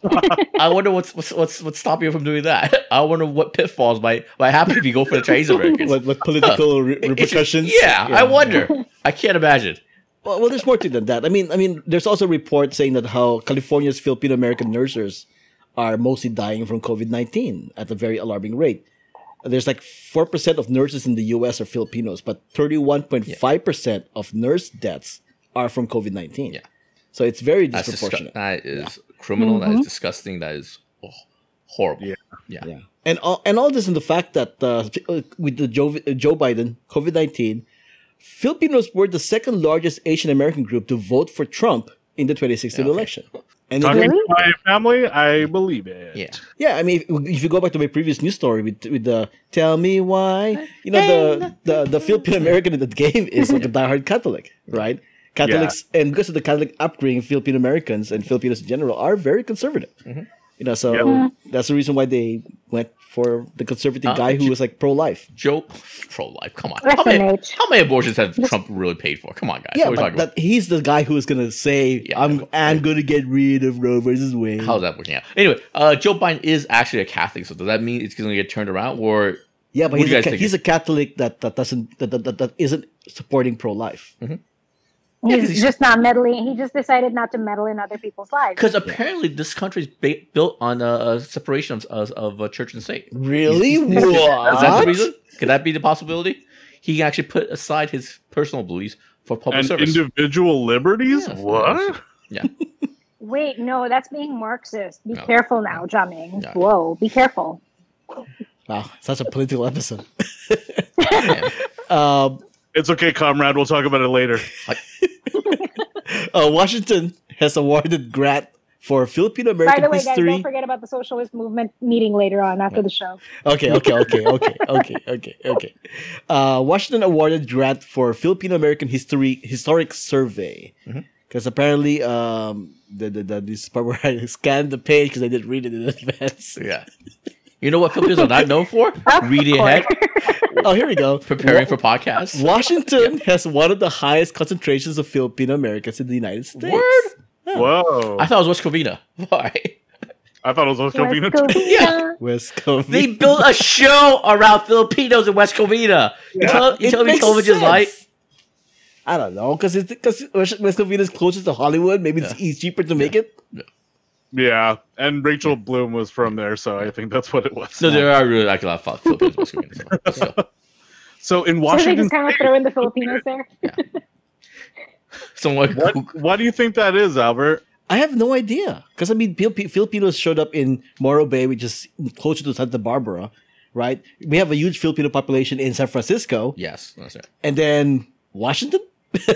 [SPEAKER 5] I wonder what's what's what's what's stopping him from doing that. I wonder what pitfalls might might happen if you go for the Chinese Americans.
[SPEAKER 3] what, what political re-
[SPEAKER 5] It's just-
[SPEAKER 3] repercussions?
[SPEAKER 5] yeah, I wonder. I can't imagine.
[SPEAKER 3] Well, well, there's more to it than that. I mean, I mean, there's also reports saying that how California's Filipino American nurses are mostly dying from COVID nineteen at a very alarming rate. There's like four percent of nurses in the U.S. are Filipinos, but thirty-one point five percent of nurse deaths are from COVID nineteen.
[SPEAKER 5] Yeah.
[SPEAKER 3] So it's very
[SPEAKER 5] That's disgu-
[SPEAKER 3] disproportionate.
[SPEAKER 5] that is criminal. That is disgusting. That is oh, horrible.
[SPEAKER 6] Yeah.
[SPEAKER 3] Mm-hmm. Yeah, uh, and all and all this in the fact that uh, with the Joe Joe Biden COVID nineteen, Filipinos were the second largest Asian American group to vote for Trump in the 2016
[SPEAKER 5] Okay.
[SPEAKER 3] election. And it-
[SPEAKER 6] Talking
[SPEAKER 4] Really?
[SPEAKER 6] to my family, I believe it.
[SPEAKER 5] Yeah.
[SPEAKER 3] yeah, I mean, if, if you go back to my previous news story with with the "Tell me why," you know, the the, the Filipino American in that game is like a diehard Catholic, right? Catholics, and because of the Catholic upbringing, Filipino Americans and Filipinos in general are very conservative.
[SPEAKER 5] Mm-hmm.
[SPEAKER 3] You know, so
[SPEAKER 6] Yeah.
[SPEAKER 3] that's the reason why they went for the conservative
[SPEAKER 5] Uh,
[SPEAKER 3] guy who
[SPEAKER 5] j-
[SPEAKER 3] was like pro-life.
[SPEAKER 5] Joe, pro life. Come on. How many,
[SPEAKER 4] SMH.
[SPEAKER 5] how many abortions have Trump really paid for? Come on, guys.
[SPEAKER 3] Yeah,
[SPEAKER 5] what are we
[SPEAKER 3] but that,
[SPEAKER 5] talking
[SPEAKER 3] he's the guy who's gonna say,
[SPEAKER 5] Yeah,
[SPEAKER 3] "I'm
[SPEAKER 5] but-
[SPEAKER 3] I'm gonna get rid of Roe versus Wade."
[SPEAKER 5] about? How's that working out? Anyway, uh, Joe Biden is actually a Catholic, so does that mean it's going to get turned around? Or
[SPEAKER 3] yeah, but he's
[SPEAKER 5] What do
[SPEAKER 3] a,
[SPEAKER 5] you guys
[SPEAKER 3] ca-
[SPEAKER 5] think?
[SPEAKER 3] he's a Catholic that that doesn't that that, that, that isn't supporting pro-life.
[SPEAKER 5] Yeah, 'cause
[SPEAKER 4] he's
[SPEAKER 5] he's-
[SPEAKER 4] just not meddling. He just decided not to meddle in other people's lives.
[SPEAKER 5] because apparently this country is ba- built on a, a separation of of, of uh, church and state.
[SPEAKER 3] Really?
[SPEAKER 5] Is that the
[SPEAKER 3] What?
[SPEAKER 5] reason? Could that be the possibility? He actually put aside his personal beliefs for public
[SPEAKER 6] And
[SPEAKER 5] service.
[SPEAKER 6] individual liberties?
[SPEAKER 5] Yeah.
[SPEAKER 6] What?
[SPEAKER 5] yeah,
[SPEAKER 4] Wait, no, that's being Marxist. Be
[SPEAKER 5] No.
[SPEAKER 4] careful now, Jamming.
[SPEAKER 5] No.
[SPEAKER 4] Whoa, be careful.
[SPEAKER 3] Wow, such a political episode.
[SPEAKER 5] yeah.
[SPEAKER 3] Um,
[SPEAKER 6] It's okay, comrade. We'll talk about it later.
[SPEAKER 3] uh, Washington has awarded grant for Filipino
[SPEAKER 4] By the
[SPEAKER 3] American
[SPEAKER 4] way, guys,
[SPEAKER 3] history.
[SPEAKER 4] don't forget about the socialist movement meeting later on after the show.
[SPEAKER 3] okay, okay, okay, okay, okay, okay, okay. Uh, Washington awarded grant for Filipino American history historic survey
[SPEAKER 5] Mm-hmm.
[SPEAKER 3] because apparently um, the, the, the this is part where I scanned the page because I didn't read it in advance.
[SPEAKER 5] yeah. You know what Filipinos are not known for? Reading ahead,
[SPEAKER 3] oh, here we go.
[SPEAKER 5] preparing
[SPEAKER 3] Wa-
[SPEAKER 5] for podcasts.
[SPEAKER 3] Washington has one of the highest concentrations of Filipino Americans in the United States.
[SPEAKER 5] Word.
[SPEAKER 6] Whoa.
[SPEAKER 5] I thought it was West Covina. Why?
[SPEAKER 6] I thought it was Filipino.
[SPEAKER 4] Let's go,
[SPEAKER 5] Yeah.
[SPEAKER 3] West
[SPEAKER 5] They built a show around Filipinos in West Covina. You tell, you
[SPEAKER 3] It
[SPEAKER 5] tell me
[SPEAKER 3] makes
[SPEAKER 5] Covina is
[SPEAKER 3] sense.
[SPEAKER 5] light?
[SPEAKER 3] I don't know because because West West Covina is closest to Hollywood. Maybe it's it's cheaper to make it.
[SPEAKER 6] Yeah. And Rachel Bloom was from there, so I think that's what it was.
[SPEAKER 5] No, there are really like a lot of Filipinos in West Covina. So, so,
[SPEAKER 6] So
[SPEAKER 4] So
[SPEAKER 6] in
[SPEAKER 4] they
[SPEAKER 6] Washington,
[SPEAKER 4] just kind of throw in the Filipinos there.
[SPEAKER 5] someone
[SPEAKER 6] what,
[SPEAKER 5] who-
[SPEAKER 6] why do you think that is, Albert?
[SPEAKER 3] I have no idea because I mean Pil- Pil- Filipinos showed up in Morro Bay, which is closer to Santa Barbara, right? We have a huge Filipino population in San Francisco,
[SPEAKER 5] Yes, that's right.
[SPEAKER 3] and then Washington.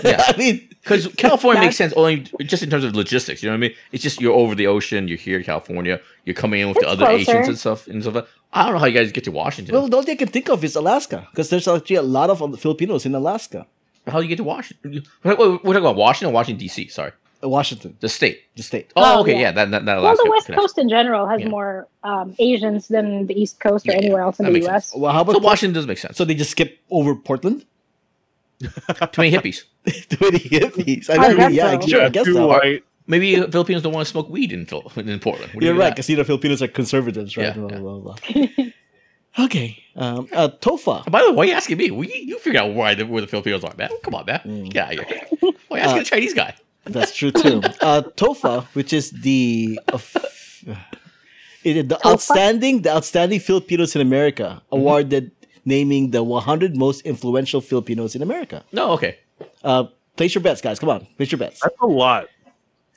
[SPEAKER 5] Yeah.
[SPEAKER 3] I mean,
[SPEAKER 5] Because California
[SPEAKER 4] That-
[SPEAKER 5] makes sense only just in terms of logistics. You know what I mean? It's just you're over the ocean, you're here in California, you're coming in with the
[SPEAKER 4] It's
[SPEAKER 5] other
[SPEAKER 4] closer.
[SPEAKER 5] Asians and stuff and stuff. like- I don't know how you guys get to Washington.
[SPEAKER 3] well, the only thing I can think of is Alaska because there's actually a lot of Filipinos in Alaska,
[SPEAKER 5] how do you get to Washington? We're we're talking about Washington, Washington D.C. Sorry,
[SPEAKER 3] Uh, Washington,
[SPEAKER 5] the state.
[SPEAKER 3] the state.
[SPEAKER 5] Oh,
[SPEAKER 4] Oh,
[SPEAKER 5] okay,
[SPEAKER 4] yeah.
[SPEAKER 5] yeah, that that, that
[SPEAKER 4] Well,
[SPEAKER 5] Alaska
[SPEAKER 4] the West
[SPEAKER 5] connection.
[SPEAKER 4] Coast in general has
[SPEAKER 5] Yeah.
[SPEAKER 4] more um, Asians than the East Coast or
[SPEAKER 5] Yeah, yeah.
[SPEAKER 4] anywhere else in
[SPEAKER 5] That
[SPEAKER 4] the U.S.
[SPEAKER 5] makes sense.
[SPEAKER 3] Well, how about
[SPEAKER 5] So Washington does make sense.
[SPEAKER 3] so
[SPEAKER 5] So
[SPEAKER 3] they just skip over Portland?
[SPEAKER 5] too many hippies.
[SPEAKER 3] to the hippies. I,
[SPEAKER 4] I
[SPEAKER 3] mean,
[SPEAKER 4] guess
[SPEAKER 3] yeah,
[SPEAKER 4] so.
[SPEAKER 3] I- sure, I guess
[SPEAKER 6] too
[SPEAKER 3] so.
[SPEAKER 6] white.
[SPEAKER 5] Maybe Filipinos don't want to smoke weed in Phil- in Portland. What do you
[SPEAKER 3] You're
[SPEAKER 5] do
[SPEAKER 3] right,
[SPEAKER 5] to that?
[SPEAKER 3] because you know Filipinos are conservatives, right?
[SPEAKER 5] Yeah,
[SPEAKER 3] blah,
[SPEAKER 5] yeah.
[SPEAKER 3] blah, blah, blah. okay, um, uh, Tofa.
[SPEAKER 5] By the way, why are you asking me? We, you figure out why the, where the Filipinos are, man. Come on, man. Yeah, yeah. Why are you asking a Chinese guy?
[SPEAKER 3] That's true too. Uh, Tofa, which is the of- it is the outstanding the outstanding Filipinos in America award that naming the 100 most influential Filipinos in America.
[SPEAKER 5] No, okay.
[SPEAKER 3] Uh, place your bets, guys. Come on, place your bets.
[SPEAKER 6] That's a lot.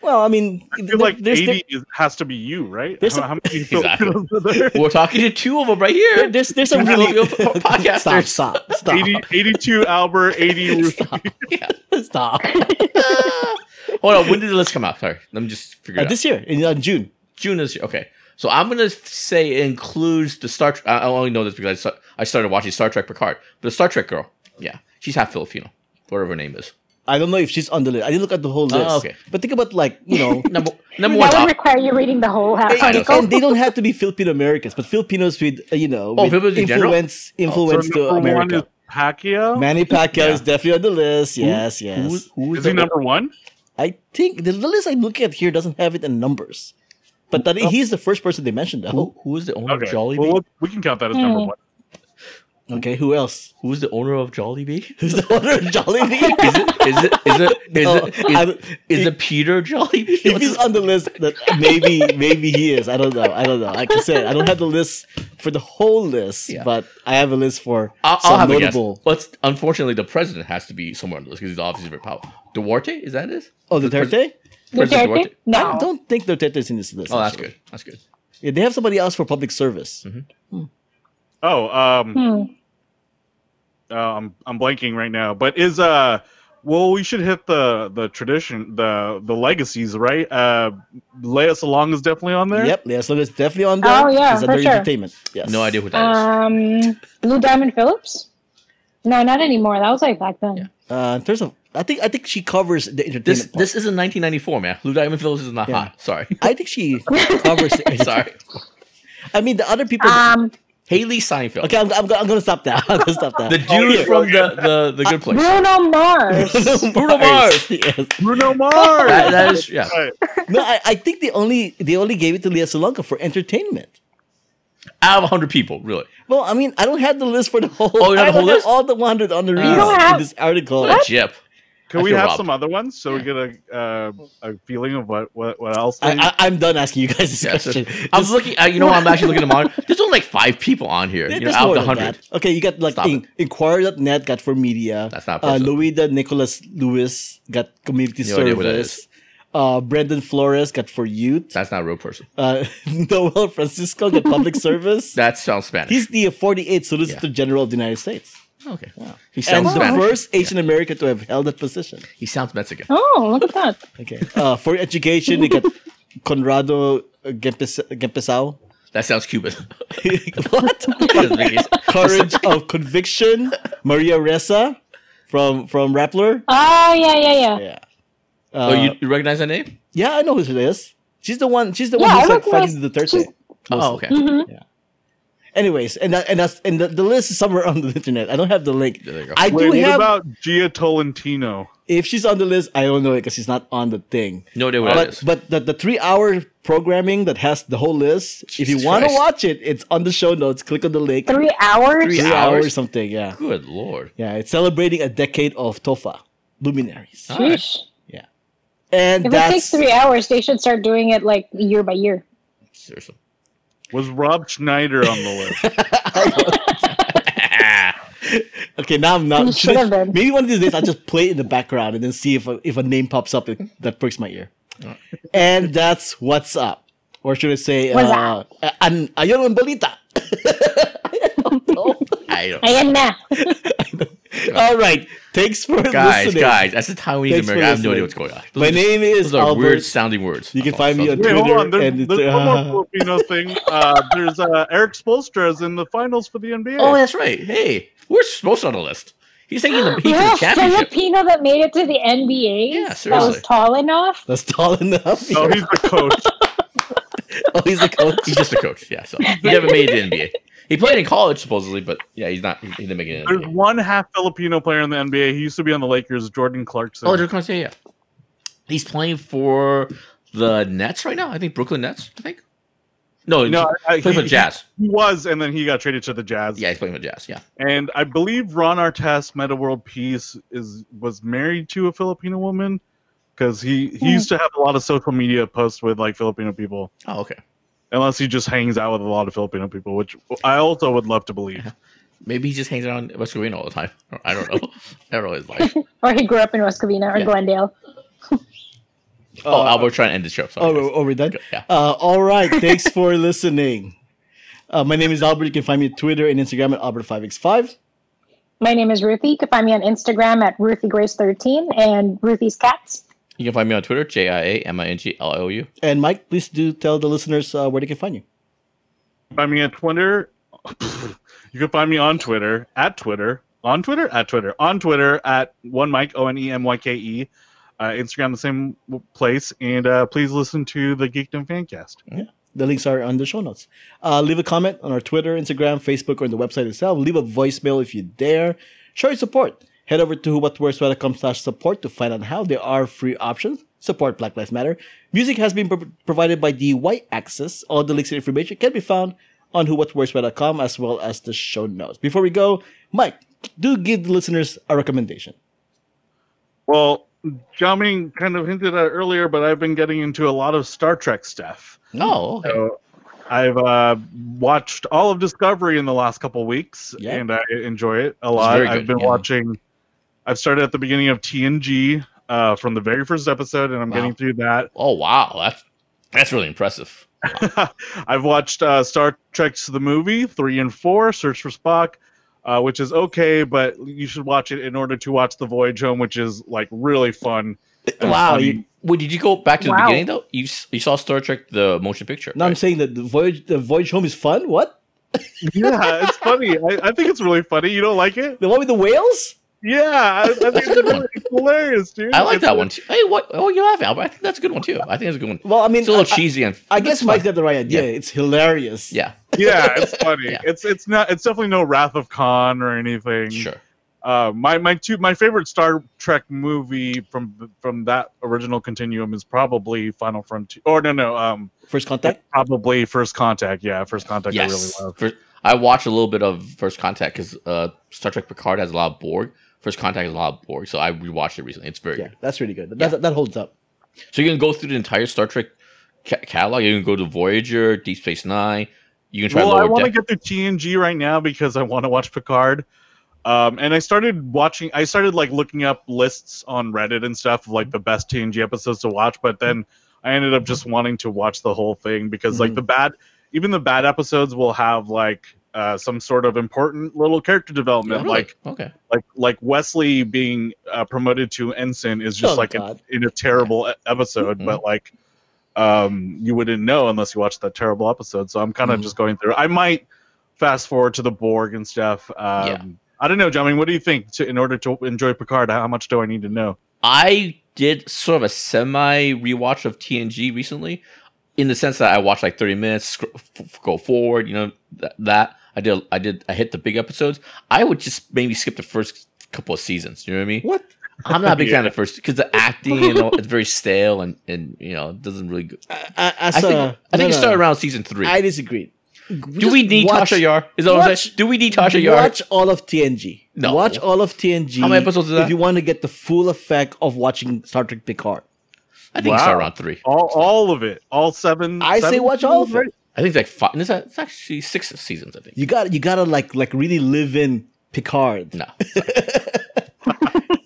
[SPEAKER 3] Well, I mean,
[SPEAKER 6] I
[SPEAKER 3] there-
[SPEAKER 6] feel like
[SPEAKER 3] there's,
[SPEAKER 6] 80 is, has to be you, right?
[SPEAKER 3] There's
[SPEAKER 6] how,
[SPEAKER 3] a-
[SPEAKER 6] how many
[SPEAKER 5] Exactly.
[SPEAKER 6] Filipinos are there?
[SPEAKER 5] We're talking to two of them right
[SPEAKER 3] there-
[SPEAKER 5] here.
[SPEAKER 3] there's there's some
[SPEAKER 5] Really?
[SPEAKER 3] really stop
[SPEAKER 5] Podcasters.
[SPEAKER 3] stop stop
[SPEAKER 6] 80, 82 Albert, 80 Ruth.
[SPEAKER 3] stop.
[SPEAKER 5] Hold on. When did the list come out? Sorry, let me just
[SPEAKER 3] Uh,
[SPEAKER 5] figure it out.
[SPEAKER 3] this year in uh, June.
[SPEAKER 5] June this year. Okay, so I'm gonna say it includes the Star. Trek. I I only know this because I, sta- I started watching Star Trek Picard. But the Star Trek girl, yeah, she's half Filipino, whatever her name is.
[SPEAKER 3] I don't know if she's on the list. I didn't look at the whole
[SPEAKER 5] Oh,
[SPEAKER 3] list.
[SPEAKER 5] okay.
[SPEAKER 3] But think about like you know,
[SPEAKER 5] Number number one
[SPEAKER 4] that would
[SPEAKER 5] topic.
[SPEAKER 4] require you reading the whole
[SPEAKER 5] I
[SPEAKER 4] article.
[SPEAKER 5] know.
[SPEAKER 3] and they don't have to be Filipino Americans, but Filipinos with uh, you know,
[SPEAKER 5] Oh,
[SPEAKER 3] with
[SPEAKER 5] Filipinos in general? Oh,
[SPEAKER 3] influence
[SPEAKER 6] So
[SPEAKER 3] influence to
[SPEAKER 6] number one is
[SPEAKER 3] America.
[SPEAKER 6] Pacquiao.
[SPEAKER 3] Manny Pacquiao
[SPEAKER 5] Yeah.
[SPEAKER 3] is definitely on the list. Yes, yes.
[SPEAKER 5] Who, who
[SPEAKER 6] is he
[SPEAKER 5] that?
[SPEAKER 6] number one?
[SPEAKER 3] I think the, the list I'm looking at here doesn't have it in numbers, but that
[SPEAKER 5] Oh.
[SPEAKER 3] he's the first person they mentioned.
[SPEAKER 5] Who,
[SPEAKER 3] Though.
[SPEAKER 5] who is the owner
[SPEAKER 6] Okay.
[SPEAKER 5] of Jollibee?
[SPEAKER 6] Well, we can count that as number
[SPEAKER 4] Hmm.
[SPEAKER 6] one.
[SPEAKER 3] Okay, who else?
[SPEAKER 5] Who's the owner of Jollibee?
[SPEAKER 3] Who's the owner of Jollibee?
[SPEAKER 5] Is it is it is it is
[SPEAKER 3] No,
[SPEAKER 5] it, is,
[SPEAKER 3] I'm-
[SPEAKER 5] is it Peter Jollibee?
[SPEAKER 3] if he's on the list, that maybe maybe he is. I don't know. I don't know. Like I said, I don't have the list for the whole list,
[SPEAKER 5] Yeah.
[SPEAKER 3] but I have a list for
[SPEAKER 5] I'll,
[SPEAKER 3] some
[SPEAKER 5] I'll have
[SPEAKER 3] notable.
[SPEAKER 5] a guess. But unfortunately, the president has to be somewhere on the list because he's obviously very powerful. Duarte is that it?
[SPEAKER 3] Oh, the third day?
[SPEAKER 5] President
[SPEAKER 4] Duterte?
[SPEAKER 5] Duarte.
[SPEAKER 4] No.
[SPEAKER 3] I don't think Duterte's in this list.
[SPEAKER 5] Oh, that's
[SPEAKER 3] actually.
[SPEAKER 5] good. That's good.
[SPEAKER 3] Yeah, they have somebody else for public service.
[SPEAKER 6] Oh, um,
[SPEAKER 4] Hmm.
[SPEAKER 6] uh, I'm I'm blanking right now, but is uh well we should hit the the tradition the the legacies right. Uh, Leia Salong is definitely on there.
[SPEAKER 3] Yep, yeah, so it's definitely on there.
[SPEAKER 4] Oh, yeah,
[SPEAKER 3] it's
[SPEAKER 4] for
[SPEAKER 3] under
[SPEAKER 4] sure.
[SPEAKER 3] entertainment. Yes.
[SPEAKER 5] No idea what that is.
[SPEAKER 4] Um, Blue Diamond Phillips. No, not anymore. That was like back then.
[SPEAKER 5] Yeah.
[SPEAKER 3] Uh, in terms of, I think I think she covers the entertainment.
[SPEAKER 5] This
[SPEAKER 3] part.
[SPEAKER 5] this isn't 1994, man. Lou Diamond Phillips is not
[SPEAKER 3] Yeah.
[SPEAKER 5] hot. Sorry,
[SPEAKER 3] I think she covers. The,
[SPEAKER 5] sorry.
[SPEAKER 3] I mean, the other people.
[SPEAKER 4] Um,
[SPEAKER 5] Haley Seinfeld.
[SPEAKER 3] okay, I'm, I'm, go- I'm gonna stop that. I'm gonna stop Oh, that.
[SPEAKER 5] The dude from the, the the Good Place.
[SPEAKER 4] Bruno Mars.
[SPEAKER 5] Bruno Mars.
[SPEAKER 3] yes.
[SPEAKER 6] Bruno Mars.
[SPEAKER 5] That- that is yeah.
[SPEAKER 6] Right.
[SPEAKER 3] No, I, I think they only they only gave it to Leah Solanka for entertainment.
[SPEAKER 5] Out of hundred people, really.
[SPEAKER 3] Well, I mean, I don't have the list for the whole.
[SPEAKER 5] Oh, you don't
[SPEAKER 3] I
[SPEAKER 5] have the
[SPEAKER 3] don't
[SPEAKER 5] whole
[SPEAKER 3] have
[SPEAKER 5] list?
[SPEAKER 3] all the 100 on the reads
[SPEAKER 4] don't have-
[SPEAKER 3] in this article.
[SPEAKER 5] What a jip. I
[SPEAKER 6] Could we
[SPEAKER 5] feel
[SPEAKER 6] have
[SPEAKER 5] robbed.
[SPEAKER 6] some other ones so we get a uh, a feeling of what what, what else? they-
[SPEAKER 3] I, I, I'm done asking you guys this
[SPEAKER 5] Yeah, so-
[SPEAKER 3] question.
[SPEAKER 5] I was looking. I, you know, I'm actually looking at the monitor. There's only like five people on here. You know,
[SPEAKER 3] There's
[SPEAKER 5] out of
[SPEAKER 3] more
[SPEAKER 5] the
[SPEAKER 3] than
[SPEAKER 5] hundred.
[SPEAKER 3] that. Okay, you got like
[SPEAKER 5] Stop
[SPEAKER 3] in, Inquire.net got for media.
[SPEAKER 5] That's not
[SPEAKER 3] uh,
[SPEAKER 5] personal.
[SPEAKER 3] Louida Nicholas Lewis got community
[SPEAKER 5] No idea what that
[SPEAKER 3] service. Uh, Brendan Flores got for youth.
[SPEAKER 5] That's not a real person.
[SPEAKER 3] Uh, Noel Francisco got public service.
[SPEAKER 5] That sounds Spanish.
[SPEAKER 3] He's the 48th Solicitor
[SPEAKER 5] Yeah.
[SPEAKER 3] General of the United States.
[SPEAKER 5] okay. He
[SPEAKER 3] and
[SPEAKER 5] sounds
[SPEAKER 3] the
[SPEAKER 5] Spanish.
[SPEAKER 3] first Asian American to have held that position.
[SPEAKER 5] He sounds Mexican.
[SPEAKER 4] Oh, look at that.
[SPEAKER 3] Okay. Uh, for education, they got Conrado Gempes- Gempesao.
[SPEAKER 5] That sounds Cuban.
[SPEAKER 3] what? Courage of Conviction, Maria Ressa from from Rappler.
[SPEAKER 4] Oh, yeah, yeah, yeah.
[SPEAKER 3] Yeah.
[SPEAKER 5] oh,
[SPEAKER 3] Uh,
[SPEAKER 5] you, you recognize that name?
[SPEAKER 3] yeah, I know who she is. She's the one. She's the
[SPEAKER 4] Yeah,
[SPEAKER 3] one
[SPEAKER 4] I
[SPEAKER 3] who's like
[SPEAKER 4] recognize-
[SPEAKER 3] fighting the third
[SPEAKER 4] she's-
[SPEAKER 3] thing.
[SPEAKER 5] Oh, okay.
[SPEAKER 3] Anyways, and that, and that's and the, the list is somewhere on the internet. I don't have the link.
[SPEAKER 5] There you go.
[SPEAKER 3] I
[SPEAKER 6] Wait,
[SPEAKER 3] do
[SPEAKER 6] what
[SPEAKER 3] have.
[SPEAKER 6] about Gia Tolentino?
[SPEAKER 3] if she's on the list, I don't know it because she's not on the thing.
[SPEAKER 5] No idea what that
[SPEAKER 3] But
[SPEAKER 5] is.
[SPEAKER 3] but the, the three hour programming that has the whole list. if you
[SPEAKER 5] Jesus
[SPEAKER 3] want to
[SPEAKER 5] Christ.
[SPEAKER 3] watch it, it's on the show notes. Click on the link.
[SPEAKER 4] Three hours?
[SPEAKER 5] Three
[SPEAKER 3] Three
[SPEAKER 5] hours?
[SPEAKER 3] hours, something. Yeah,
[SPEAKER 5] Good lord.
[SPEAKER 3] yeah. It's celebrating a decade of Tofa luminaries,
[SPEAKER 5] All right.
[SPEAKER 4] Sheesh.
[SPEAKER 3] and
[SPEAKER 4] If it
[SPEAKER 3] that's
[SPEAKER 4] takes three hours, they should start doing it like year by year.
[SPEAKER 5] Seriously.
[SPEAKER 6] Was Rob Schneider on the list?
[SPEAKER 5] Ah.
[SPEAKER 3] okay. Now I'm not.
[SPEAKER 4] You should have been.
[SPEAKER 3] Maybe one of these days I'll just play it in the background and then see if a, if a name pops up it, that perks my ear.
[SPEAKER 5] Uh.
[SPEAKER 3] And that's what's up, or should I say,
[SPEAKER 4] What's
[SPEAKER 3] uh, an ayon balita.
[SPEAKER 5] I don't.
[SPEAKER 4] Ayan na.
[SPEAKER 3] All right. Thanks for
[SPEAKER 5] Guys,
[SPEAKER 3] listening.
[SPEAKER 5] guys, that's the Taiwanese
[SPEAKER 3] Thanks for
[SPEAKER 5] American. I have no
[SPEAKER 3] listening.
[SPEAKER 5] idea what's going on. Those
[SPEAKER 3] My
[SPEAKER 5] are just-
[SPEAKER 3] name is
[SPEAKER 5] Those are
[SPEAKER 3] Albert.
[SPEAKER 5] weird sounding words.
[SPEAKER 3] You can
[SPEAKER 5] Oh,
[SPEAKER 3] find me
[SPEAKER 5] so-
[SPEAKER 3] on
[SPEAKER 6] Wait, hold
[SPEAKER 3] Twitter
[SPEAKER 6] on. There's,
[SPEAKER 3] and it's-
[SPEAKER 6] there's one
[SPEAKER 3] uh,
[SPEAKER 6] more Filipino thing. Uh, there's uh, Eric Spolstra is in the finals for the NBA.
[SPEAKER 5] Oh, that's right. Hey, we're supposed on the list. He's taking the, he's in
[SPEAKER 4] Yeah,
[SPEAKER 5] the championship.
[SPEAKER 4] Filipino that made it to the NBA.
[SPEAKER 5] Yeah,
[SPEAKER 4] that
[SPEAKER 5] seriously.
[SPEAKER 4] was tall enough.
[SPEAKER 3] That's tall enough.
[SPEAKER 6] Oh, he's the coach.
[SPEAKER 3] Oh, he's the coach.
[SPEAKER 5] He's just a coach. Yeah, so he never made it to the NBA. He played in college supposedly, but yeah, he's not. He didn't make it. In the
[SPEAKER 6] There's
[SPEAKER 5] NBA.
[SPEAKER 6] one half Filipino player in the NBA. He used to be on the Lakers, Jordan Clarkson.
[SPEAKER 5] Oh, just gonna say yeah. He's playing for the Nets right now. I think Brooklyn Nets. I think. No,
[SPEAKER 6] No,
[SPEAKER 5] no,
[SPEAKER 6] I-
[SPEAKER 5] he's playing for the Jazz.
[SPEAKER 6] he was, and then he got traded to the Jazz.
[SPEAKER 5] Yeah, he's playing for the Jazz. Yeah.
[SPEAKER 6] And I believe Ron Artest, Meta World Peace, is was married to a Filipino woman because he,
[SPEAKER 5] Hmm.
[SPEAKER 6] he used to have a lot of social media posts with like Filipino people.
[SPEAKER 5] Oh, okay.
[SPEAKER 6] Unless he just hangs out with a lot of Filipino people, which I also would love to believe.
[SPEAKER 5] Maybe he just hangs around West Covina all the time. I don't know. I don't know his life.
[SPEAKER 4] Or he grew up in West Covina or
[SPEAKER 5] Yeah.
[SPEAKER 4] Glendale.
[SPEAKER 5] Oh,
[SPEAKER 6] Uh,
[SPEAKER 5] Albert trying to end the show. Sorry.
[SPEAKER 3] Oh,
[SPEAKER 5] guys.
[SPEAKER 3] we're- oh, we're done?
[SPEAKER 5] Yeah.
[SPEAKER 3] Uh, all right. Thanks for listening. Uh, my name is Albert. You can find me on Twitter and Instagram at Albert5x5.
[SPEAKER 4] My name is Ruthie. You can find me on Instagram at RuthieGrace13 and Ruthie's Cats.
[SPEAKER 5] You can find me on Twitter, J I A M I N G L I O U.
[SPEAKER 3] And Mike, please do tell the listeners uh, where they can find you.
[SPEAKER 6] Find me at Twitter. You can find me on Twitter at Twitter on Twitter at Twitter on Twitter at one Mike O N E M Y K E. Uh, Instagram the same w- place, and uh, please listen to the Geekdom Fancast.
[SPEAKER 3] The links are on the show notes. Uh, leave a comment on our Twitter, Instagram, Facebook, or on the website itself. Leave a voicemail if you dare. Show your support. Head over to whatworks.com slash support to find out how there are free options. Support Black Lives Matter. Music has been pro- provided by the Y Axis. All the links and information can be found on whowhatworks.com as well as the show notes. Before we go, Mike, do give the listeners a recommendation.
[SPEAKER 6] Well, Xiaoming kind of hinted at it earlier, but I've been getting into a lot of Star Trek stuff.
[SPEAKER 5] Oh, okay.
[SPEAKER 6] So I've uh, watched all of Discovery in the last couple weeks,
[SPEAKER 3] Yeah.
[SPEAKER 6] and I enjoy it a lot.
[SPEAKER 5] very
[SPEAKER 6] I've
[SPEAKER 5] good,
[SPEAKER 6] been
[SPEAKER 5] yeah.
[SPEAKER 6] watching. I've started at the beginning of TNG uh, from the very first episode, and I'm
[SPEAKER 5] Wow.
[SPEAKER 6] getting through that.
[SPEAKER 5] Oh, wow. That's, that's really impressive.
[SPEAKER 6] I've watched uh, Star Trek: the movie three and four, Search for Spock, uh, which is okay, but you should watch it in order to watch The Voyage Home, which is like really fun. and
[SPEAKER 3] Wow,
[SPEAKER 6] funny.
[SPEAKER 3] you-
[SPEAKER 5] Wait, did you go back to the
[SPEAKER 4] Wow.
[SPEAKER 5] beginning though? You s- you saw Star Trek the motion picture.
[SPEAKER 3] Now I'm
[SPEAKER 5] right?
[SPEAKER 3] saying that the voyage, the voyage home is fun. What?
[SPEAKER 6] yeah, it's funny. I, I think it's really funny. You don't like it?
[SPEAKER 3] The one with the whales?
[SPEAKER 6] Yeah, I, I think
[SPEAKER 5] That's a
[SPEAKER 6] it's
[SPEAKER 5] good one.
[SPEAKER 6] really hilarious, dude.
[SPEAKER 5] I like
[SPEAKER 6] It's-
[SPEAKER 5] that one too. Hey, what? Oh, you're laughing, Albert. I think that's a good one too. I think that's a good one.
[SPEAKER 3] Well, I mean,
[SPEAKER 5] It's a little
[SPEAKER 3] I,
[SPEAKER 5] cheesy and
[SPEAKER 3] I guess Mike's got the right idea.
[SPEAKER 5] Yeah.
[SPEAKER 3] It's hilarious.
[SPEAKER 5] yeah,
[SPEAKER 6] Yeah, it's funny.
[SPEAKER 5] Yeah.
[SPEAKER 6] It's it's not. It's definitely no Wrath of Khan or anything.
[SPEAKER 5] sure.
[SPEAKER 6] Uh, my my two my favorite Star Trek movie from from that original continuum is probably Final Frontier. Or no, no, um,
[SPEAKER 3] First contact.
[SPEAKER 6] probably First Contact. Yeah, First Contact. I really
[SPEAKER 5] yes.
[SPEAKER 6] love.
[SPEAKER 5] First- I watch a little bit of First Contact because uh, Star Trek Picard has a lot of Borg. First Contact has a lot of Borg, so I rewatched it recently. It's very
[SPEAKER 3] Yeah,
[SPEAKER 5] good.
[SPEAKER 3] that's really good. That, that, that holds up.
[SPEAKER 5] So you can go through the entire Star Trek ca- catalog. You can go to Voyager, Deep Space Nine. You can try
[SPEAKER 6] Well, I
[SPEAKER 5] Lower
[SPEAKER 6] want to
[SPEAKER 5] Deck.
[SPEAKER 6] get through TNG right now because I want to watch Picard. Um, and I started watching. I started like looking up lists on Reddit and stuff of like the best TNG episodes to watch. But then I ended up just wanting to watch the whole thing because like
[SPEAKER 3] Mhm.
[SPEAKER 6] the bad, even the bad episodes will have like uh, some sort of important little character development,
[SPEAKER 5] Really?
[SPEAKER 6] like
[SPEAKER 5] okay,
[SPEAKER 6] like like Wesley being uh, promoted to ensign is just
[SPEAKER 3] Oh,
[SPEAKER 6] like
[SPEAKER 3] God.
[SPEAKER 6] in, in a terrible e- episode,
[SPEAKER 5] Mhm.
[SPEAKER 6] but
[SPEAKER 3] Mm-hmm.
[SPEAKER 6] like um, you wouldn't know unless you watched that terrible episode. So I'm kind of
[SPEAKER 3] Mm-hmm.
[SPEAKER 5] Mhm.
[SPEAKER 6] just going through. I might fast forward to the Borg and stuff. Um,
[SPEAKER 5] Yeah.
[SPEAKER 6] I don't know, John. I mean, what do you think? To, in order to enjoy Picard, how much do I need to know?
[SPEAKER 5] I did sort of a semi rewatch of TNG recently, in the sense that I watched like thirty minutes, sc- f- f- go forward. You know th- that I did. I did. I hit the big episodes. I would just maybe skip the first couple of seasons. You know what I mean?
[SPEAKER 3] What?
[SPEAKER 5] I'm not a big
[SPEAKER 6] Yeah.
[SPEAKER 5] fan of the first because the acting, you know, it's very stale and and you know it doesn't really. Go-
[SPEAKER 3] I, I,
[SPEAKER 5] I
[SPEAKER 3] as
[SPEAKER 5] think
[SPEAKER 3] a-
[SPEAKER 5] I
[SPEAKER 3] no,
[SPEAKER 5] think it
[SPEAKER 3] uh, no,
[SPEAKER 5] started
[SPEAKER 3] no.
[SPEAKER 5] around season three.
[SPEAKER 3] I disagree.
[SPEAKER 5] Do we need Tasha Yar? Is that what I'm
[SPEAKER 3] watch-
[SPEAKER 5] saying? Do we need Tasha Yar?
[SPEAKER 3] Watch all of TNG.
[SPEAKER 5] No.
[SPEAKER 3] Watch all of TNG.
[SPEAKER 5] How many episodes is that?
[SPEAKER 3] If you want to get the full effect of watching Star Trek Picard,
[SPEAKER 5] I think it started
[SPEAKER 6] Wow.
[SPEAKER 5] around three.
[SPEAKER 6] All, all of it, all seven.
[SPEAKER 3] I say
[SPEAKER 6] seven
[SPEAKER 3] watch all of
[SPEAKER 6] seasons,
[SPEAKER 3] it.
[SPEAKER 5] I think it's like five. It's, it's actually six seasons. I think.
[SPEAKER 3] You got you gotta like like really live in Picard.
[SPEAKER 5] No.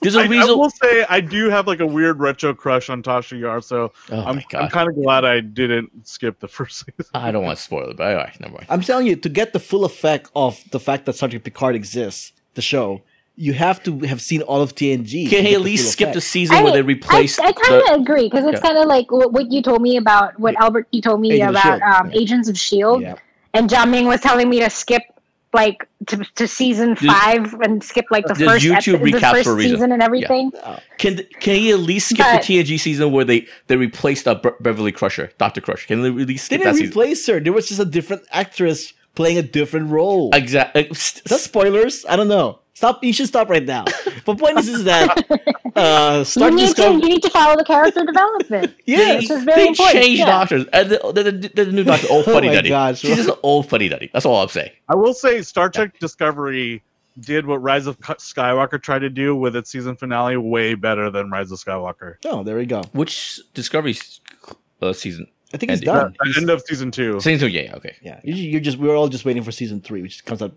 [SPEAKER 5] There's a
[SPEAKER 6] right? I, I
[SPEAKER 5] reason.
[SPEAKER 6] will say I do have like a weird retro crush on Tasha Yar, so I'm,
[SPEAKER 5] oh my
[SPEAKER 6] I'm
[SPEAKER 5] god!
[SPEAKER 6] kind of glad I didn't skip the first season.
[SPEAKER 5] I don't want to spoil it, but all right, never mind.
[SPEAKER 3] I'm telling you, to get the full effect of the fact that Star Trek Picard exists, the show, you have to have seen all of TNG. to
[SPEAKER 5] Can
[SPEAKER 3] get
[SPEAKER 5] he
[SPEAKER 3] the
[SPEAKER 5] at least
[SPEAKER 3] full
[SPEAKER 5] skip the
[SPEAKER 3] effect.
[SPEAKER 5] season where they replaced?
[SPEAKER 4] I, I kind
[SPEAKER 5] the-
[SPEAKER 4] of agree because it's
[SPEAKER 5] Yeah.
[SPEAKER 4] kind of like what, what you told me about what Albert you told me
[SPEAKER 3] Agent of
[SPEAKER 4] about
[SPEAKER 5] E
[SPEAKER 3] S.H.I.E.L.D.,
[SPEAKER 4] um, Agents of Shield,
[SPEAKER 3] Yeah.
[SPEAKER 4] and John Ming was telling me to skip like to, to season
[SPEAKER 5] Does-
[SPEAKER 4] five and skip like the
[SPEAKER 5] does
[SPEAKER 4] first
[SPEAKER 5] YouTube
[SPEAKER 4] epi- the
[SPEAKER 5] recaps
[SPEAKER 4] first
[SPEAKER 5] for a reason?
[SPEAKER 4] season and everything.
[SPEAKER 5] Can can he at least skip
[SPEAKER 4] But-
[SPEAKER 5] the TNG season where they they replaced uh, Bre- Beverly Crusher, Doctor Crusher? Can they really
[SPEAKER 3] They
[SPEAKER 5] skip that
[SPEAKER 3] didn't
[SPEAKER 5] season?
[SPEAKER 3] replace her. There was just a different actress playing a different role.
[SPEAKER 5] Exactly.
[SPEAKER 3] Is that spoilers? I don't know. Stop. You should stop right now. But point is, is that uh, Star Trek
[SPEAKER 4] You need to you
[SPEAKER 3] Discovery.
[SPEAKER 4] need to follow the character development.
[SPEAKER 3] Yes.
[SPEAKER 4] This is very
[SPEAKER 5] they
[SPEAKER 4] important.
[SPEAKER 5] changed
[SPEAKER 4] yeah.
[SPEAKER 5] doctors. And the, the, the, the new doctor, old
[SPEAKER 3] Oh
[SPEAKER 5] funny
[SPEAKER 3] my
[SPEAKER 5] duddy.
[SPEAKER 3] gosh.
[SPEAKER 5] She's just an old funny duddy. That's all I'm saying.
[SPEAKER 6] I will say Star Trek Discovery did what Rise of Cu- Skywalker tried to do with its season finale way better than Rise of Skywalker.
[SPEAKER 3] Oh, there we go.
[SPEAKER 5] Which Discovery uh, season?
[SPEAKER 3] I think it's
[SPEAKER 5] Andy.
[SPEAKER 3] done.
[SPEAKER 6] The end of season two.
[SPEAKER 5] Season two, yeah, yeah, okay.
[SPEAKER 3] Yeah, you- you're just we're all just waiting for season three, which comes out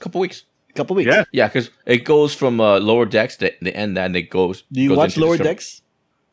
[SPEAKER 5] couple weeks.
[SPEAKER 3] a couple weeks.
[SPEAKER 6] Yeah.
[SPEAKER 5] Yeah, because it goes from uh, lower decks to the end, and it goes.
[SPEAKER 3] Do you
[SPEAKER 5] goes
[SPEAKER 3] watch
[SPEAKER 5] into
[SPEAKER 3] Lower
[SPEAKER 5] Discovery.
[SPEAKER 3] Decks?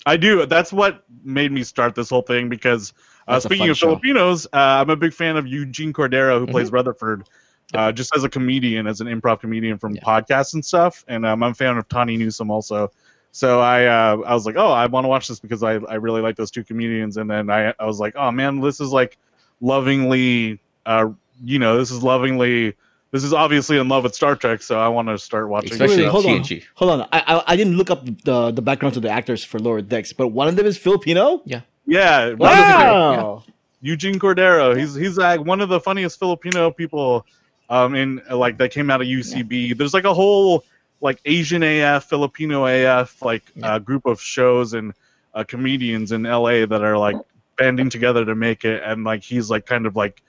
[SPEAKER 6] I do. That's what made me start this whole thing because uh,
[SPEAKER 3] That's a
[SPEAKER 6] speaking
[SPEAKER 3] fun
[SPEAKER 6] of
[SPEAKER 3] show. Mm-hmm.
[SPEAKER 6] Filipinos, uh, I'm a big fan of Eugene Cordero, who plays Rutherford. Uh, just as a comedian, as an improv comedian from
[SPEAKER 5] Yeah.
[SPEAKER 6] podcasts and stuff, and um, I'm a fan of Tawny Newsom also. So I, uh, I was like, oh, I want to watch this because I, I really like those two comedians. And then I, I was like, oh man, this is like lovingly, uh, you know, this is lovingly, this is obviously in love with Star Trek. So I want to start watching.
[SPEAKER 5] Especially
[SPEAKER 6] this
[SPEAKER 5] in
[SPEAKER 6] show.
[SPEAKER 3] hold on,
[SPEAKER 5] TNG.
[SPEAKER 3] hold on. I, I I didn't look up the the backgrounds of the actors for Lower Decks, but one of them is Filipino.
[SPEAKER 6] yeah,
[SPEAKER 3] Wow.
[SPEAKER 6] Eugene Cordero. He's he's like one of the funniest Filipino people um in like that came out of UCB. There's like a whole like Asian AF, Filipino AF like uh, group of shows and uh, comedians in LA that are like banding together to make it and like he's like kind of like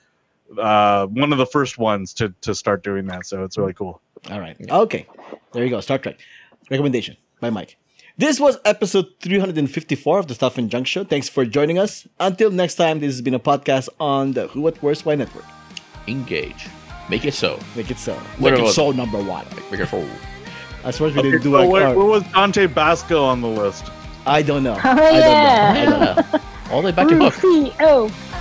[SPEAKER 6] uh one of the first ones to to start doing that. So it's really cool.
[SPEAKER 3] All right. Okay. There you go. Star Trek recommendation by Mike. This was episode 354 of the Stuff and Junk Show. Thanks for joining us. Until next time, this has been a podcast on the Who What Where's Why Network.
[SPEAKER 5] Engage. Make it so.
[SPEAKER 3] Make it so.
[SPEAKER 5] What
[SPEAKER 3] Make it
[SPEAKER 5] about-
[SPEAKER 3] so number one.
[SPEAKER 5] Make it forward.
[SPEAKER 3] I suppose we
[SPEAKER 6] Okay, Oh,
[SPEAKER 3] didn't do
[SPEAKER 6] so
[SPEAKER 3] like uh,
[SPEAKER 6] where,
[SPEAKER 3] our-
[SPEAKER 6] where was Dante Basco on the list?
[SPEAKER 3] I don't know.
[SPEAKER 4] Oh
[SPEAKER 3] I don't know.
[SPEAKER 4] yeah.
[SPEAKER 5] Yeah. All the way back to
[SPEAKER 4] Ooh,
[SPEAKER 5] Hook.
[SPEAKER 4] see, oh.